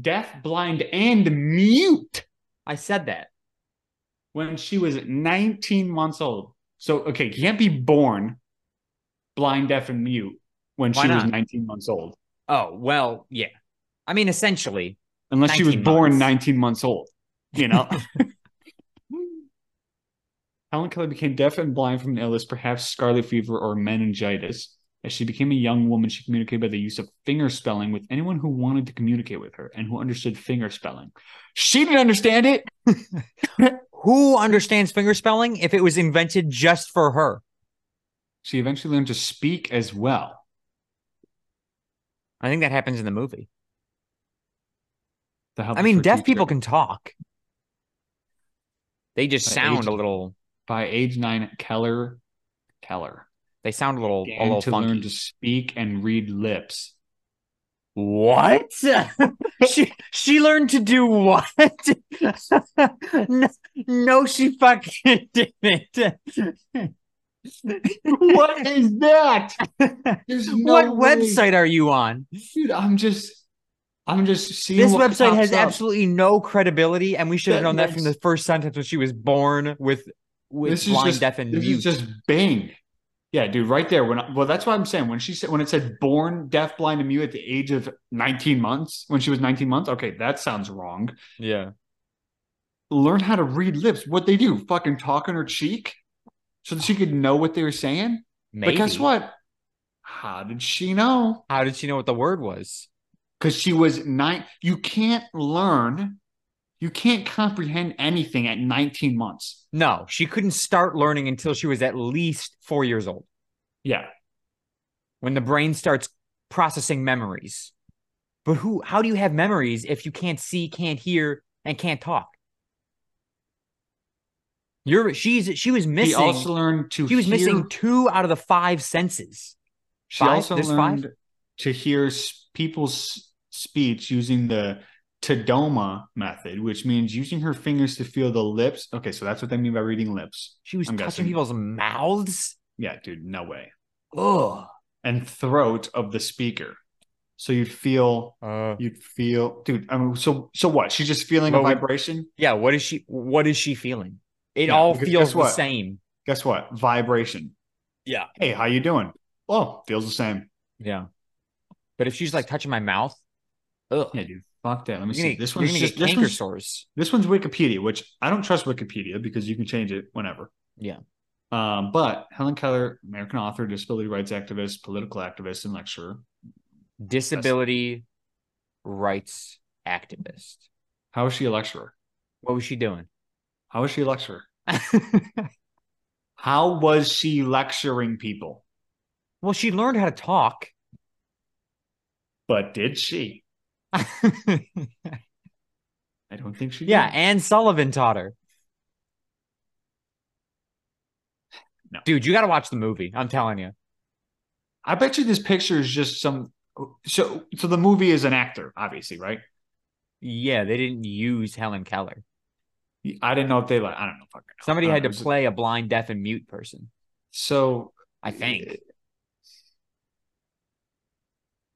Deaf, blind, and mute. I said that. when she was 19 months old. So, okay, you can't be born blind, deaf, and mute when Why she was not? 19 months old, Oh, well, yeah. I mean, essentially, unless she was 19 born months. 19 months old, you [laughs] know? Helen Keller became deaf and blind from an illness, perhaps scarlet fever or meningitis. As she became a young woman, she communicated by the use of finger spelling with anyone who wanted to communicate with her and who understood finger spelling. She didn't understand it. who understands fingerspelling if it was invented just for her? She eventually learned to speak as well. I think that happens in the movie. The help I of mean, her deaf teacher. people can talk. They just But sound a age- little. by age nine, Keller, Keller, They sound a little. A began little to funky. learn to speak and read lips. What? [laughs] she she learned to do what? [laughs] no, no, she fucking [laughs] [laughs] didn't. what is [laughs] that? There's no what way. website are you on? dude? I'm just, I'm just seeing This what website pops has up. absolutely no credibility, and we should have That known that from the makes- first sentence when she was born with with This is blind, just- deaf, and This mute. is just Bing. Yeah, dude, right there. When I, well, that's what I'm saying. When she said when it said born deaf, blind, and mute at the age of 19 months, when she was 19 months, okay, that sounds wrong. yeah. Learn how to read lips. What they do? Fucking talk on her cheek, so that she could know what they were saying. Maybe. But guess what? How did she know? How did she know what the word was? Because she was nine. You can't learn. You can't comprehend anything at 19 months. No, she couldn't start learning until she was at least four years old, Yeah. when the brain starts processing memories. But who? How do you have memories if you can't see, can't hear, and can't talk? You're she's she was She missing. also learned to. she was hear- missing two out of the five senses. She five- also there's learned to hear s- people's speech using the Tadoma method, which means using her fingers to feel the lips. Okay, so that's what they mean by reading lips. She was I'm touching guessing. people's mouths. Yeah, dude, no way. Ugh. And throat of the speaker. So you'd feel You'd feel, dude. I mean, so so what? She's just feeling a Well, we- vibration. yeah. What is she? What is she feeling? It Yeah, all because feels guess the what? same. Guess what? Vibration. Yeah. Hey, how you doing? Well, feels the same. Yeah. But if she's like touching my mouth, ugh. Yeah, dude. Fuck that. Let me You're see. gonna, This you're one's gonna just get this canker one's, sores. this one's Wikipedia, which I don't trust Wikipedia because you can change it whenever. Yeah. Um, but Helen Keller, American author, disability rights activist, political activist, and lecturer. Disability rights activist. How is she a lecturer? What was she [laughs] doing? How is she a lecturer? How was she lecturing people? well, she learned how to [laughs] talk. But did she? I don't think she. yeah, did. Anne Sullivan taught her. No. Dude, you got to watch the movie. I'm telling you. I bet you this picture is just some. So, so the movie is an actor, obviously, right? Yeah, they didn't use Helen Keller. I didn't know if they like. I don't know. Fucking know. Somebody I had to don't know. play a blind, deaf, and mute person. So I think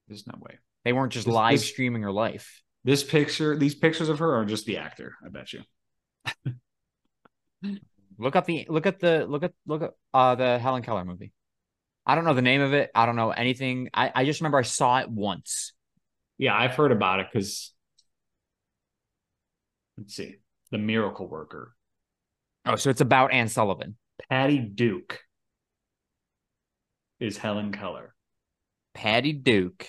there's no way. they weren't just This- live this- streaming her life. This picture, these pictures of her are just the actor. I bet you. Look up the look at the look at look at uh, the Helen Keller movie. I don't know the name of it. I don't know anything. I, I just remember I saw it once. Yeah, I've heard about it because. Let's see, the miracle worker, Oh, so it's about Anne Sullivan. Patty Duke, is Helen Keller. Patty Duke.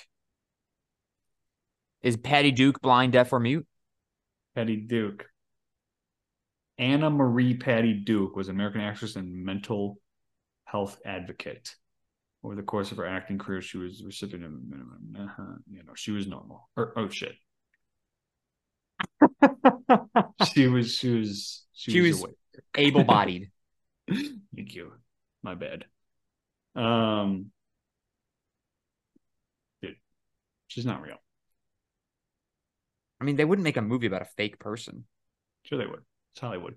Is Patty Duke blind, deaf, or mute? Patty Duke. Anna Marie Patty Duke was an American actress and mental health advocate. Over the course of her acting career, she was the recipient of a minimum. Uh-huh. You know, she was normal. Or oh shit, she was she was she, She was, was- awake. Able [laughs] bodied. Thank you. My bad. Um, dude, she's not real. I mean, they wouldn't make a movie about a fake person. Sure they would. It's Hollywood.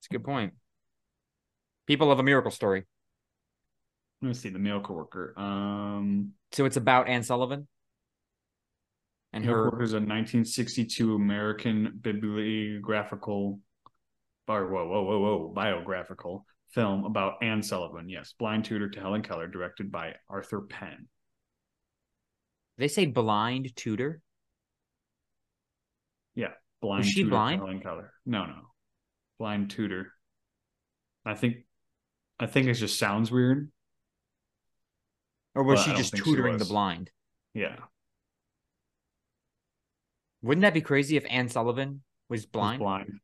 It's a good point. People love a miracle story. Let me see the miracle worker. Um, So it's about Anne Sullivan. and her Milk is a 1962 American bibliographical, or whoa, whoa, whoa, whoa, biographical film about Anne Sullivan. Yes, blind tutor to Helen Keller, directed by Arthur Penn. they say blind tutor. Blind she tutor to blind? Helen Keller. No, no, blind tutor. I think, I think it just sounds weird. Or was Well, I she don't just think she tutoring the was. blind? Yeah, Wouldn't that be crazy if Anne Sullivan was blind? [laughs] blind. [laughs]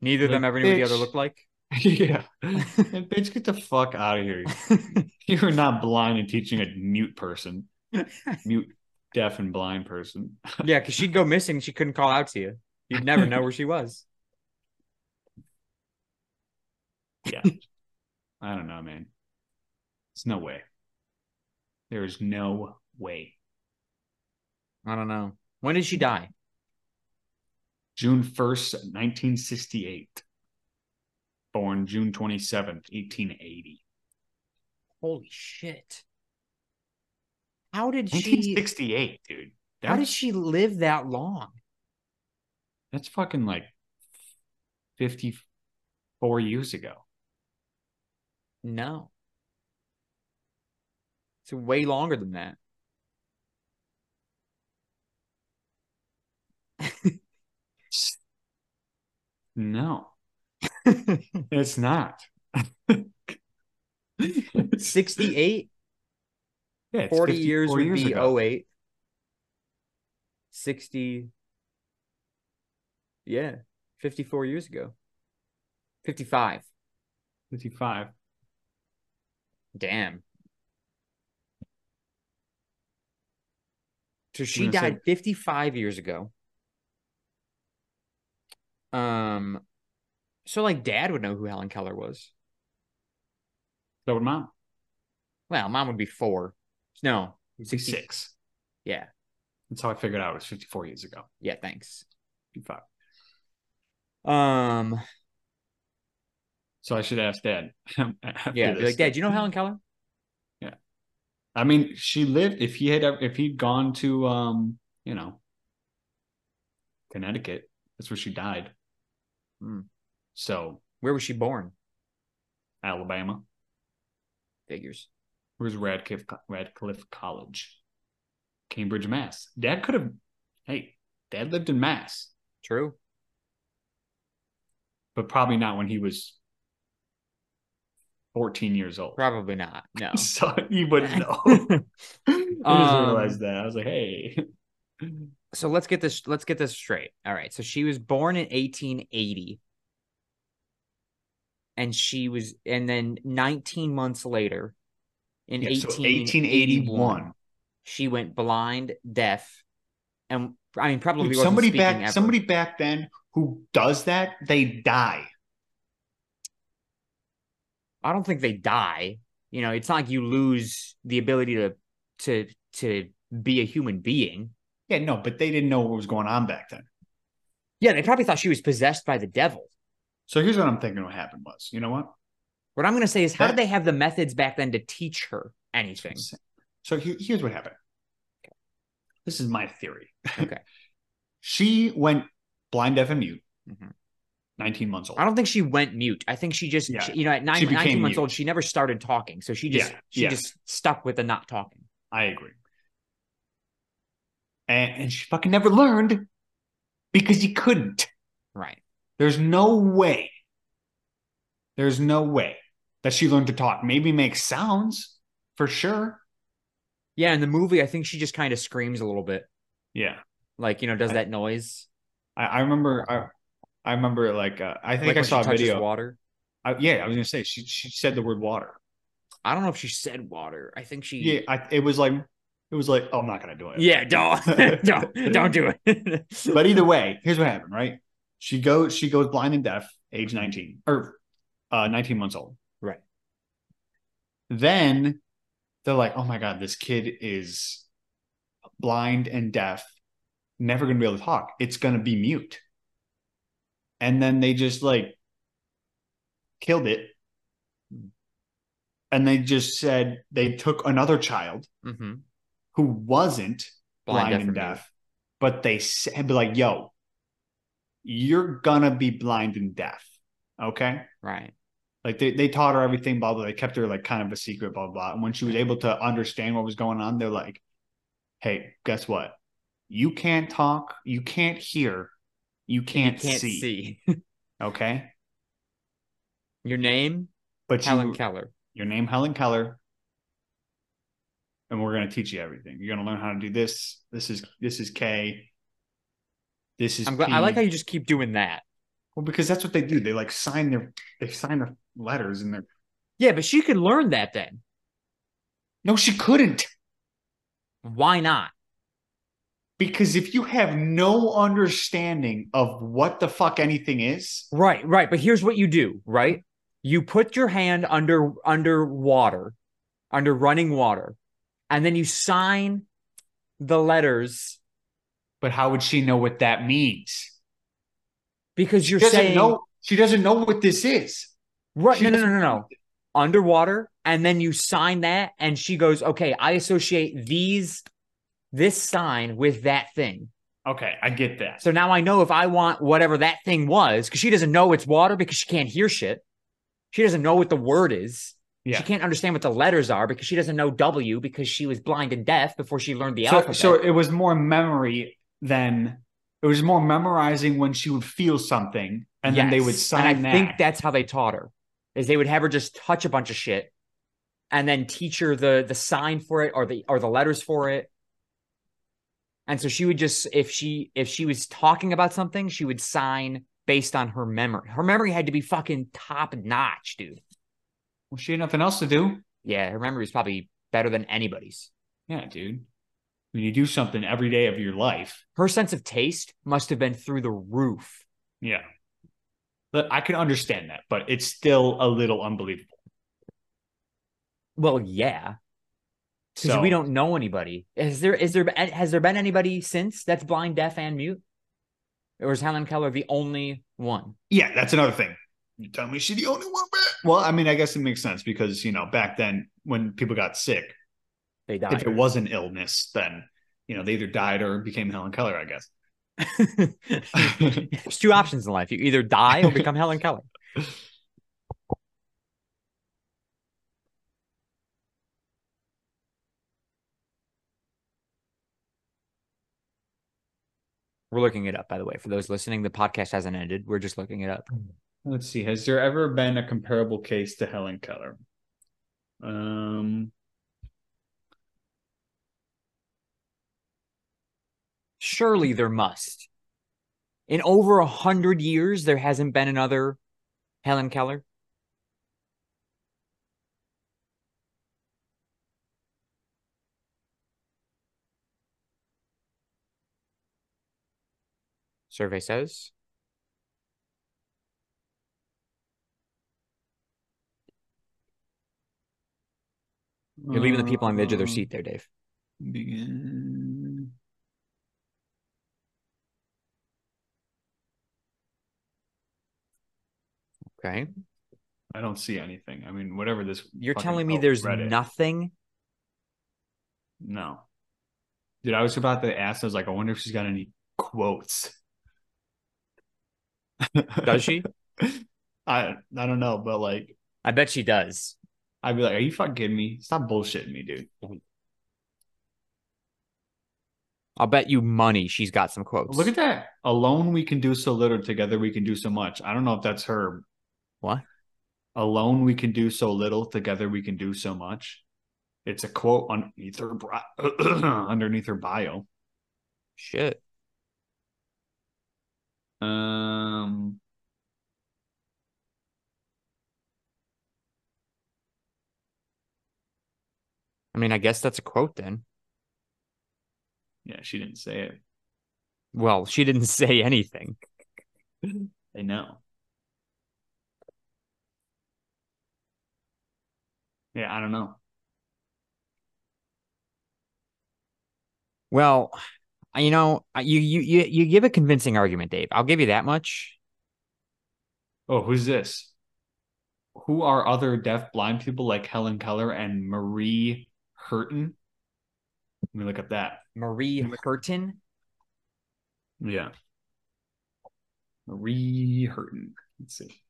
Neither of Like, them ever knew what the other bitch. looked like. [laughs] yeah, [laughs] And bitch, get the fuck out of here. You are not blind and teaching a [laughs] mute person, mute, deaf, and blind person. yeah, because she'd go missing. She couldn't call out to you. You'd never know where she was. I don't know, man. There's no way. There is no way. I don't know. When did she die? June 1st, 1968. Born June 27th, 1880. Holy shit. How did she 1968, dude. That's, how did she live that long? that's fucking like 54 years ago. No. It's way longer than that. No, it's not. it's, 68, [laughs] yeah, it's 40 years 54 would be ago. 08. 60 Yeah, 54 years ago. 55. 55. Damn. So she gonna say- died 55 years ago. Um, so like dad would know who Helen Keller was. So would mom. Well, mom would be four. No, 66. yeah, That's how I figured out it was 54 years ago. yeah, thanks. 55. Um, So I should ask dad. [laughs] after yeah, be this. like, dad, [laughs] do you know Helen Keller? I mean, she lived. If he had, ever- if he'd gone to, um, you know, Connecticut, that's where she died. Hmm. So Where was she born? Alabama, Figures. where's Radcliffe? Radcliffe College, Cambridge, Mass. Dad could have. Hey, Dad lived in Mass, True. but probably not when he was fourteen years old. Probably not. No. [laughs] So you [laughs] wouldn't know. I just Um, realized that. I was like, hey, [laughs] so let's get this let's get this straight. All right. So she was born in 1880. And she was and then 19 months later in Yeah, so 1881 she went blind, deaf and I mean probably Dude, wasn't somebody speaking back ever. somebody back then who does that they die I don't think they die. You know, it's not like you lose the ability to to to be a human being. yeah no but they didn't know what was going on back then Yeah, they probably thought she was possessed by the devil. so here's what i'm thinking what happened was you know what What I'm going to say is, how did That- they have the methods back then to teach her anything? so here- here's what happened this is my theory Okay. [laughs] she went blind deaf and mute Mhm. 19 months old I don't think she went mute. I think she just, Yeah. she- you know, at nine, She became 19 months mute. old, she never started talking. So she just, Yeah, she yeah. just stuck with the not talking. I agree and, and she fucking never learned because you couldn't Right. There's no way. There's no way that she learned to talk. Maybe make sounds for sure. Yeah. In the movie, I think she just kind of screams a little bit, Yeah, like you know, does I- that noise? I, I remember. I, I remember. Like uh, I think like I when saw she a touches video. Water. I, yeah, I was gonna say she she said the word water. I don't know if she said water. I think she. Yeah, I, it was like it was like oh, I'm not gonna do it. Yeah. Don't [laughs] don't [laughs] don't do it. [laughs] But either way, here's what happened. Right, she goes she goes blind and deaf, age 19 or uh, 19 months old. Right. then they're like, oh my God, this kid is blind and deaf, never going to be able to talk. It's going to be mute. And then they just like killed it. And they just said they took another child Mhm. who wasn't blind, deaf, and or mute. deaf but they said, like, yo, you're gonna be blind and deaf. Okay. Right. Like they, they taught her everything, blah, blah. They kept her like kind of a secret, blah, blah. And when she was able to understand what was going on, they're like, hey, guess what? You can't talk, you can't hear, you You can't, can't see, see. [laughs] Okay. Your name, But Helen you, Keller. your name, Helen Keller, and we're going to teach you everything. You're going to learn how to do this. This is, this is K. This is I'm glad. I like P. how you just keep doing that. Well, because that's what they do. They like sign their they sign their letters and their Yeah, but she could learn that then. no, she couldn't. Why not? Because if you have no understanding of what the fuck anything is, Right, right. But here's what you do, right? You put your hand under under water, under running water, and then you sign the letters but how would she know what that means? because you're She doesn't saying know she doesn't know what this is. right. She No, no, no, doesn't no, know no. Underwater, and then you sign that, and she goes, "Okay, I associate these this sign with that thing." Okay, I get that. So now I know if I want whatever that thing was, because she doesn't know it's water because she can't hear shit. She doesn't know what the word is. Yeah. She can't understand what the letters are because she doesn't know W because she was blind and deaf before she learned the so, alphabet. so it was more memory than it was more memorizing when she would feel something and then they would Yes. sign And I that. think that's how they taught her, is they would have her just touch a bunch of shit, and then teach her the the sign for it or the or the letters for it. And so she would just if she if she was talking about something, she would sign based on her memory. Her memory had to be fucking top notch, dude. well, she had nothing else to do. Yeah, her memory is probably better than anybody's. Yeah, dude. When you do something every day of your life, Her sense of taste must have been through the roof. Yeah. But I can understand that, but it's still a little unbelievable. Well, yeah, because So we don't know anybody. Is there is there has there been anybody since that's blind, deaf, and mute? Or is Helen Keller the only one? Yeah, that's another thing. You tell me she the only one. man? Hmm. Well, I mean, I guess it makes sense because you know back then when people got sick, They if it died. was an illness, then you know they either died or became Helen Keller. I guess. [laughs] [laughs] There's two options in life: you either die or become Helen Keller. We're looking it up, by the way. For those listening, the podcast hasn't ended. We're just looking it up. Let's see. Has there ever been a comparable case to Helen Keller? Um, Surely there must. In over a hundred years, there hasn't been another Helen Keller. Survey says. You're leaving the people on the edge of their um, seat there, Dave. Begin. Okay. I don't see anything. I mean, whatever this. You're fucking- telling me oh, there's Reddit. nothing? No. Dude, I was about to ask. I was like, I wonder if she's got any quotes. Does she? [laughs] I I don't know, but like, [laughs] I bet she does. I'd be like, are you fucking kidding me? Stop bullshitting me, dude. I'll bet you money she's got some quotes. Look at that. Alone we can do so little. Together we can do so much. I don't know if that's her. What? Alone we can do so little. Together we can do so much. It's a quote underneath her bri- [clears throat] underneath her bio. shit. Um, I mean, I guess that's a quote then. yeah, she didn't say it. Well, she didn't [laughs] say anything. They know. Yeah, I don't know. Well, I- you know, I- you you you you give a convincing argument, Dave. I'll give you that much. Oh, who's this? Who are other deaf blind people like Helen Keller and Marie Hurton? Let me look up that. Mm-hmm. Marie Hurton. Yeah. Marie Hurton. Let's see.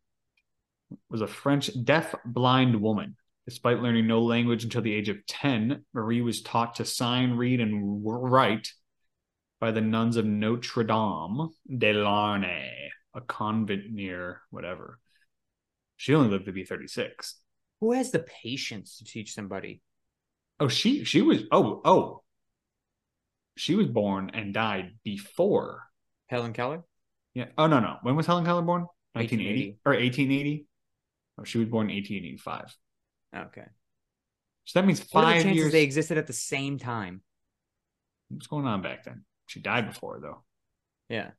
Was a French deaf blind woman. Despite learning no language until the age of 10, Marie was taught to sign, read, and write by the nuns of Notre Dame de Larnay, a convent near whatever. She only lived to be 36. Who has the patience to teach somebody? Oh, she she was oh oh. She was born and died before Helen Keller? Yeah. Oh no no. When was Helen Keller born? 1980 or 1880? Oh, she was born in 1885. Okay. So that means What are the five chances years. they existed at the same time? What's going on back then? She died before though. Yeah.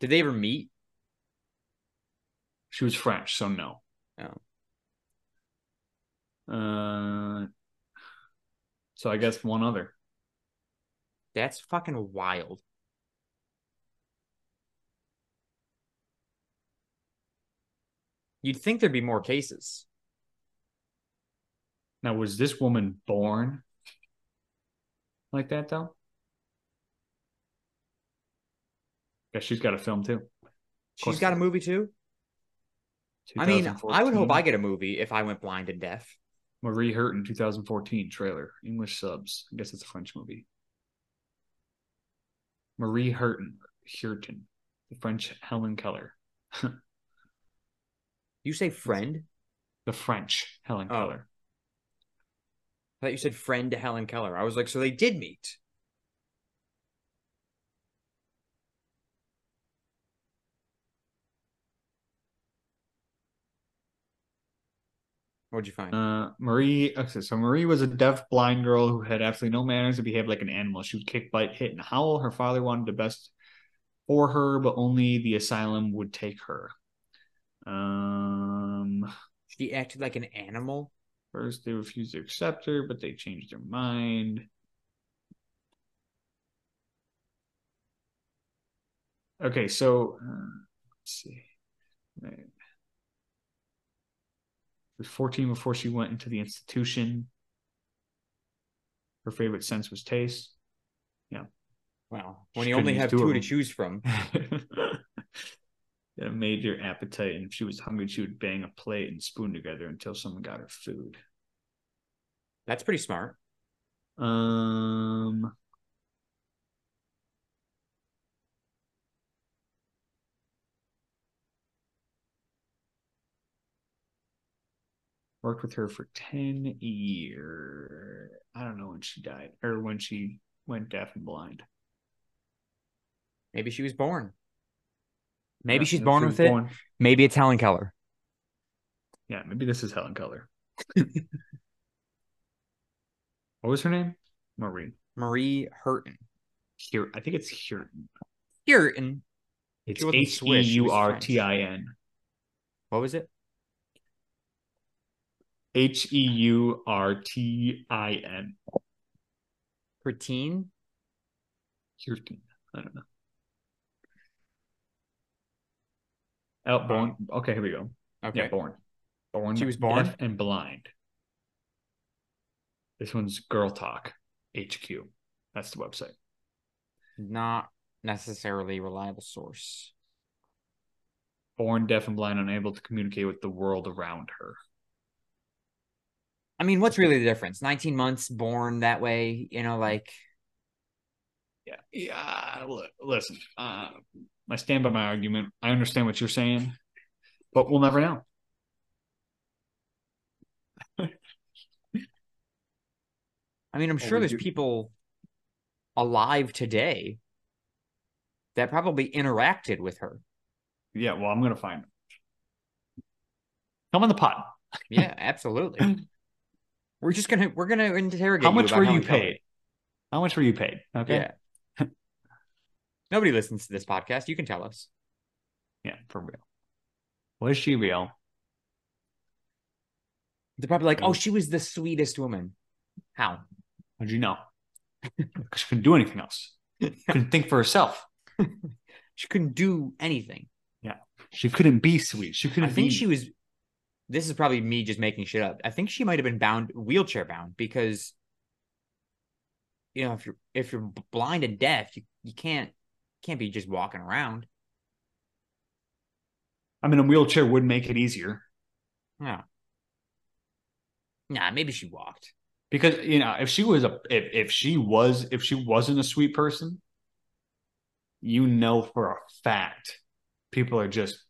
Did they ever meet? She was French, so no. Oh. Uh, so I guess one other. That's fucking wild. You'd think there'd be more cases. Now, was this woman born like that though? Yeah, she's got a film too. She's course got a not. movie too. I mean, I would hope 2014. I get a movie if I went blind and deaf. Marie Hurton, 2014 trailer, English subs. I guess it's a French movie. Marie Hurton, Hurton, the French Helen Keller, You say friend? the French Helen Oh. Keller. I thought you said friend to Helen Keller. I was like, so they did meet. What'd you find? Uh, Marie, okay, so Marie was a deaf blind girl who had absolutely no manners and behaved like an animal. She would kick, bite, hit, and howl. Her father wanted the best for her, but only the asylum would take her. Um, she acted like an animal. First, they refused to accept her, but they changed their mind. Okay, so uh, let's see. Right. She was 14 before she went into the institution. Her favorite sense was taste. [laughs] Wow. When She you only couldn't have do two it. to choose from. Had a major appetite, and if she was hungry, she would bang a plate and spoon together until someone got her food. That's pretty smart. Um, worked with her for 10 years. I don't know when she died or when she went deaf and blind. Maybe she was born. Maybe Yeah, she's if born she with was it. born- Maybe it's Helen Keller. Yeah, maybe this is Helen Keller. [laughs] what was her name? Maureen. Marie Hurton. Here, I think it's Hurton. Hurton. It's wasn't H E Swiss, she U was R French. T I N. What was it? H E U R T I N. Hurtine? Kirsten. I don't know. Oh, born. Okay, here we go. Okay. Yeah, born. Born. She was born? deaf and blind. This one's Girl Talk HQ. That's the website. Not necessarily reliable source. Born deaf and blind, unable to communicate with the world around her. I mean, what's really the difference? 19 months born that way, you know, like Yeah. Yeah. li- Listen, uh, I stand by my argument. I understand what you're saying, but we'll never know. I mean, I'm Well, sure we there's do- people alive today that probably interacted with her. Yeah. Well, I'm going to find. Come on the pot. Yeah, [laughs] absolutely. we're just gonna we're gonna interrogate. How much about were you Helen Keller. paid? How much were you paid? Okay. Yeah. [laughs] Nobody listens to this podcast. You can tell us. Yeah, for real. Was she real? They're probably like, "Oh, Mm. she was the sweetest woman." How? How'd you know? [laughs] 'Cause she couldn't do [laughs] anything else. Couldn't think for herself. She couldn't do anything. She couldn't be sweet. She couldn't I think be- she was. This is probably me just making shit up. I think she might have been bound wheelchair bound because, you know, if you're if you're b- blind and deaf, you, you can't Can't be just walking around. I mean, a wheelchair would make it easier No. Nah, maybe she walked. because you know if she was a if if she was if she wasn't a sweet person, you know for a fact people are just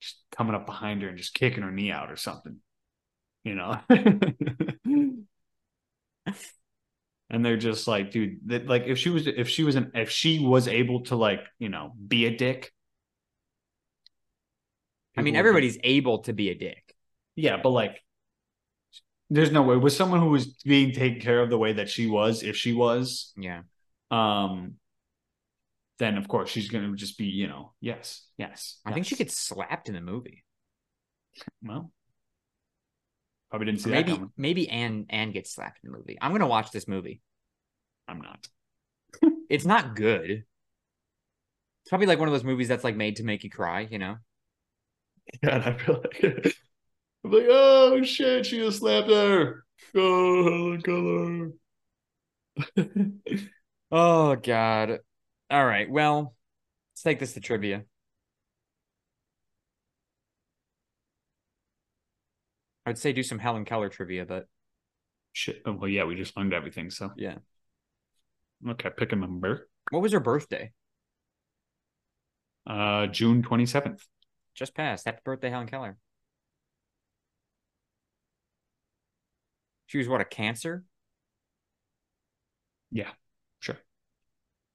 just coming up behind her and just kicking her knee out or something, you know. [laughs] and they're just like, dude, that like if she was if she was an if she was able to like you know be a dick. I mean, people would be- everybody's able to be a dick. Yeah, but like, there's no way with someone who was being taken care of the way that she was, if she was, Yeah. um, then of course she's gonna just be, you know, yes, yes. I think she yes. gets slapped in the movie. Well, probably didn't see Or that maybe coming. maybe Anne Anne gets slapped in the movie. I'm gonna watch this movie. I'm not. It's not good. It's probably like one of those movies that's like made to make you cry, you know? [laughs] Yeah, and I feel like [laughs] I'm like, oh shit, she just slapped her. Oh, Helen Keller. [laughs] Oh God. All right. Well, let's take this to trivia. I'd say do some Helen Keller trivia, but Shit. Oh, well, yeah, we just learned everything. So Yeah. Okay, pick a number. what was her birthday? Uh, June twenty seventh. Just passed. Happy birthday, Helen Keller. She was what, a cancer? Yeah, sure.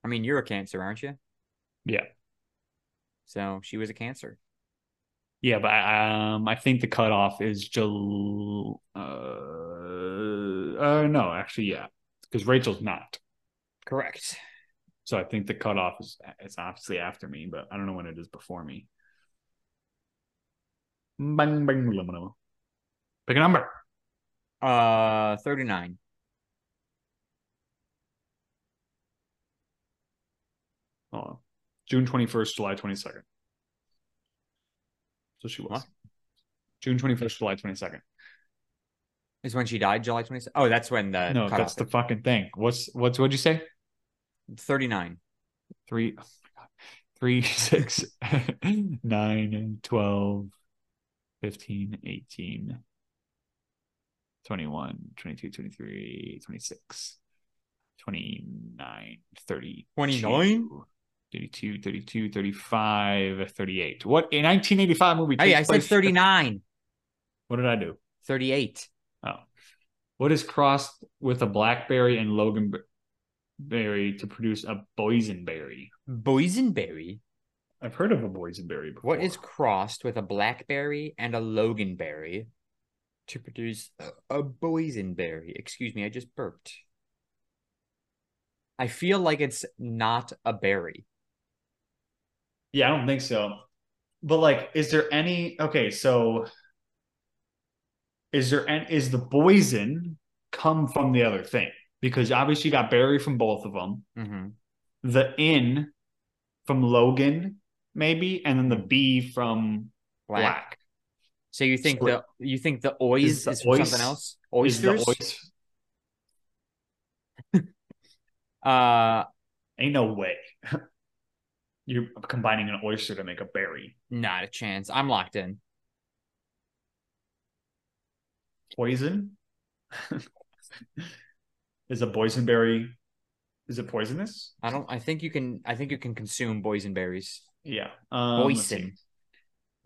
I mean, you're a cancer, aren't you? Yeah. So she was a cancer. Yeah, but um, I think the cutoff is Jul. Uh, uh, no, actually, yeah, because Rachel's not. Correct. So I think the cutoff is it's obviously after me, but I don't know when it is before me. Bang, bang, blah, blah, blah. Pick a number. Uh, 39. Hold on. June twenty first, July twenty second. So she was What? June twenty first, July twenty second. Is when she died, July 26th. Oh, that's when the No, that's the cutoff fucking thing. What's what's what'd you say? is. 39. three oh my God, three [laughs] six nine twelve fifteen eighteen twenty one twenty two twenty three twenty six twenty nine thirty 29? 32 32 35 38 what a 1985 movie Hey, takes I said place- 39. what did i do 38. what is crossed with a blackberry and loganberry to produce a boysenberry Boysenberry. i've heard of a boysenberry before What is crossed with a blackberry and a loganberry to produce a- a boysenberry? Excuse me, I just burped. I feel like it's not a berry. Yeah, I don't think so. But like, is there any? Okay, so is there any? Is the poison come from the other thing? Because obviously, you got berry from both of them. Mhm. The in from Logan, maybe, and then the B from Black. Black. So you think Split. the you think the ois Is is, the from ois- something else? Is the Oysters. oyster? uh, Ain't no way. [laughs] You're combining an oyster to make a berry. not a chance. I'm locked in. Poison [laughs] is a boysenberry. Is it poisonous? I don't. I think you can. I think you can consume boysenberries. Yeah. Um, let's Boysen. see.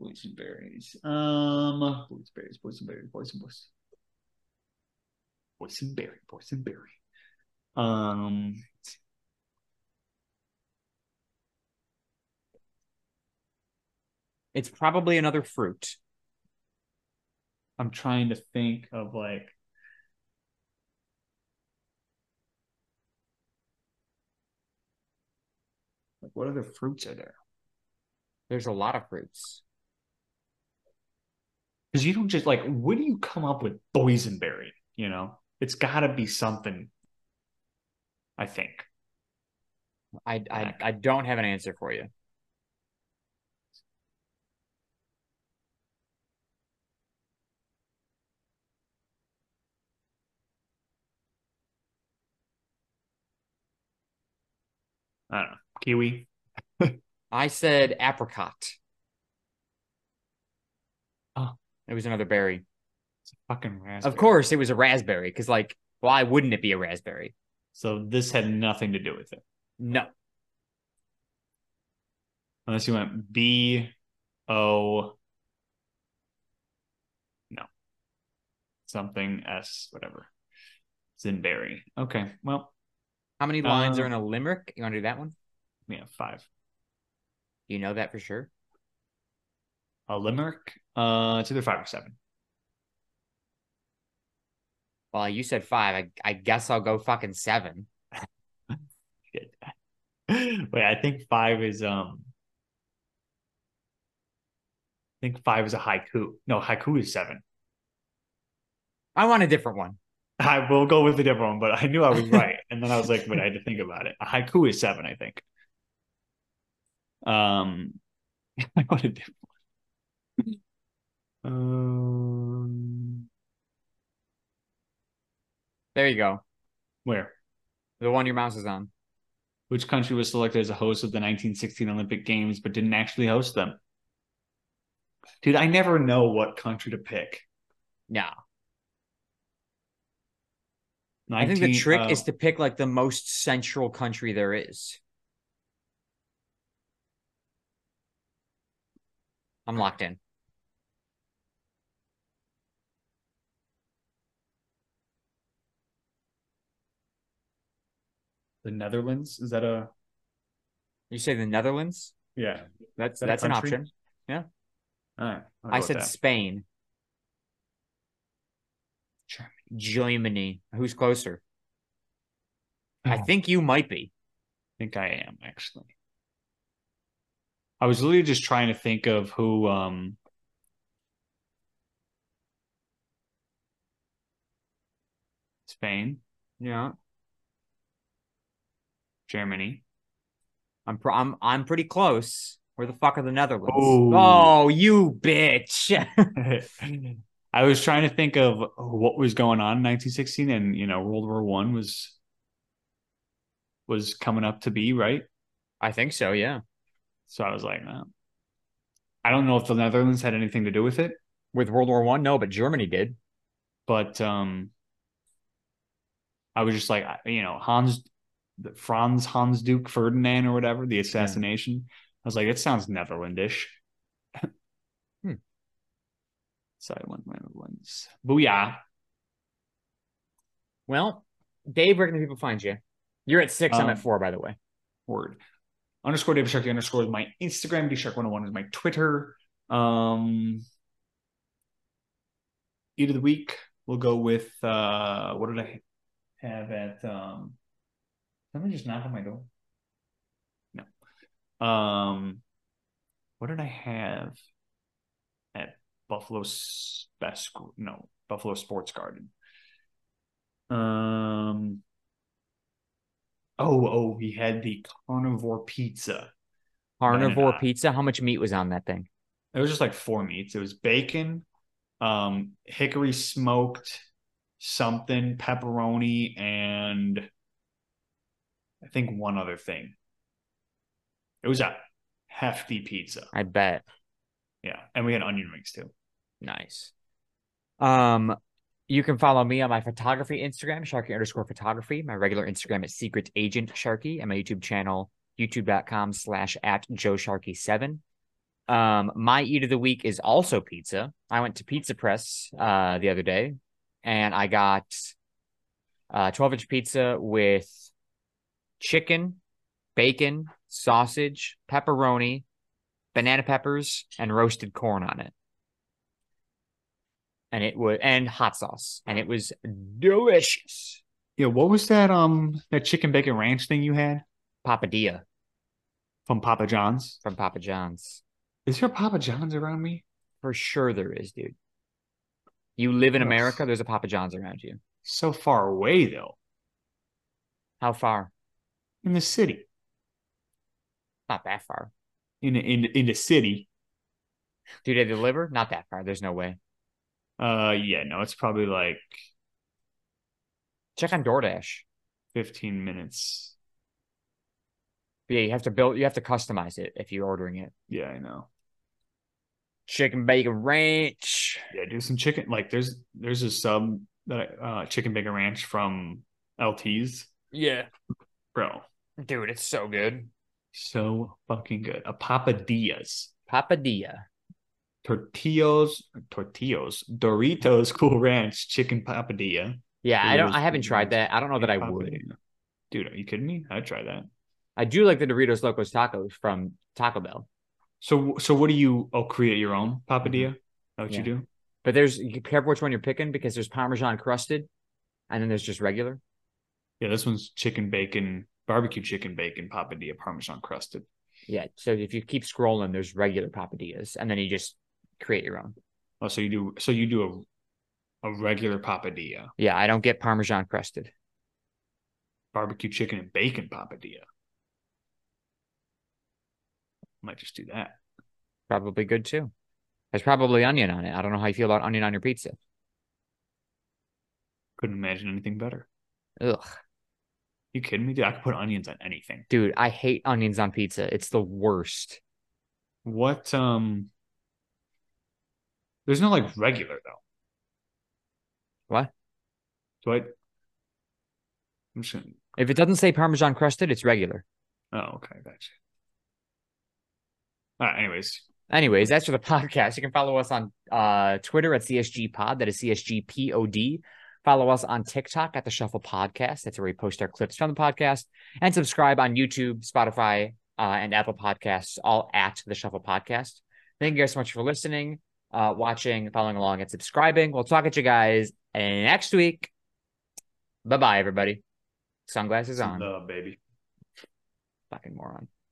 Boysenberries. Um, boysenberries, boysenberry, boysen, boysen. Boysenberry, boysenberry. Um, It's probably another fruit. I'm trying to think of like. Like what other fruits are there? There's a lot of fruits. Because you don't just like, what do you come up with boysenberry? You know, it's got to be something. I think. I I, Black. I don't have an answer for you. I don't know. Kiwi. I said apricot. Oh. It was another berry. It's a fucking raspberry. Of course, it was a raspberry because, like, why wouldn't it be a raspberry? So this had nothing to do with it, No, unless you went B O. No. Something S whatever. Zinberry. Okay. Well, how many lines Uh, are in a limerick? You want to do that one? yeah, five. You know that for sure. A limerick. Uh, it's either five or seven. [laughs] Well, you said five. I, I guess I'll go fucking seven. Shit. Wait, I think five is um. I think five is a haiku. No, haiku is seven. I want a different one. I will go with a different one, but I knew I was right. and then I was like, but I had to think about it. A haiku is seven, I think. Um, [laughs] what a different one. Um, There you go. where? The one your mouse is on. Which country was selected as a host of the 1916 Olympic Games but didn't actually host them? Dude, I never know what country to pick. No, I think the 19 trick uh, is to pick like the most central country there is. I'm locked in. the Netherlands. Is that a You say the Netherlands? yeah? That's that a that's an country? option. All right. I'll go I with said that. Spain. Germany. Germany. Who's closer? [sighs] I Oh. think you might be. think I am actually. I was literally just trying to think of who um Spain, Yeah. Germany. [laughs] I'm pro- I'm I'm pretty close. Where the fuck are the Netherlands? Oh. Oh, you bitch. [laughs] I was trying to think of what was going on in 1916 and you know World War 1 was was coming up to be, right? I think so, yeah. So I was like, no. I don't know if the Netherlands had anything to do with it, With World War One? No, but Germany did. but um i was just like I- you know hans franz hans duke ferdinand or whatever the assassination i was like it sounds netherlandish Hmm. [laughs] so i went my ones booyah Well, Dave, where can the people find you? You're at six, I'm Um, at four, by the way. word underscore david sharkey underscore is my instagram dshark101 is my twitter um eat of the week we'll go with uh what did i have at um somebody just knock on my door no um what did i have at buffalo S- best Gr- no buffalo sports garden um oh oh we had the carnivore pizza Carnivore I- pizza. How much meat was on that thing? it was just like four meats. It was bacon, um, hickory smoked something, pepperoni, and I think one other thing. It was a hefty pizza. I bet. Yeah. And we had onion rings too. Nice. Um, you can follow me on my photography Instagram, Sharky underscore photography, my regular Instagram at Secret Agent Sharky, and my YouTube channel, youtube.com slash at Joe Sharky7. Um, my eat of the week is also pizza. I went to Pizza Press uh the other day and I got uh 12 inch pizza with chicken, bacon, sausage, pepperoni, banana peppers, and roasted corn on it and it was and hot sauce and it was delicious Yeah. What was that um that chicken bacon ranch thing you had papadilla from Papa John's? from papa john's Is there a Papa John's around me? for sure there is dude you live in Yes. america there's a papa john's around you So far away though, how far in the city, not that far in in in the city. do they deliver not that far there's no way Uh, yeah. No, it's probably like check on doordash 15 minutes. But yeah, you have to build. You have to customize it if you're ordering it. Yeah, I know. Chicken bacon ranch. Yeah, do some chicken. Like there's there's a sub that I, uh, chicken bacon ranch from LT's, Yeah, bro. dude, it's so good. So fucking good. A papadillas, Papadilla. tortillos, tortillos, Doritos, [laughs] Cool Ranch, chicken papadilla. Yeah, I It don't. is I haven't good. tried that. I don't know Oh, that I would. Papadilla. Dude, are you kidding me? I'd try that. I do like the Doritos Locos Tacos from Taco Bell, So so what do you? Oh, create your own papadilla. That what you Mm-hmm. Yeah. do? but there's you careful which one you're picking because there's Parmesan crusted, and then there's just regular. Yeah, this one's chicken bacon barbecue chicken bacon papadilla parmesan crusted. Yeah, so if you keep scrolling, there's regular papadillas, and then you just create your own. Oh, so you do so you do a a regular papadilla, Yeah, I don't get Parmesan crusted. barbecue chicken and bacon papadilla. Might just do that. Probably good too. There's probably onion on it. I don't know how you feel about onion on your pizza. Couldn't imagine anything better. Ugh, You kidding me? Dude, I could put onions on anything. dude, I hate onions on pizza. It's the worst. What um there's no like regular though. What? Do I I'm just gonna If it doesn't say Parmesan crusted, it's regular. oh okay, gotcha. All right, anyways. Anyways, that's for the [laughs] podcast. You can follow us on uh, Twitter at CSG Pod. That is CSG POD. Follow us on TikTok at the Shuffle Podcast. That's where we post our clips from the podcast. And subscribe on YouTube, Spotify, uh, and Apple Podcasts, all at the Shuffle Podcast. Thank you guys so much for listening, uh, watching, following along, and subscribing. We'll talk at you guys next week. Bye bye, everybody. Sunglasses on. Love, Oh, baby. Fucking moron.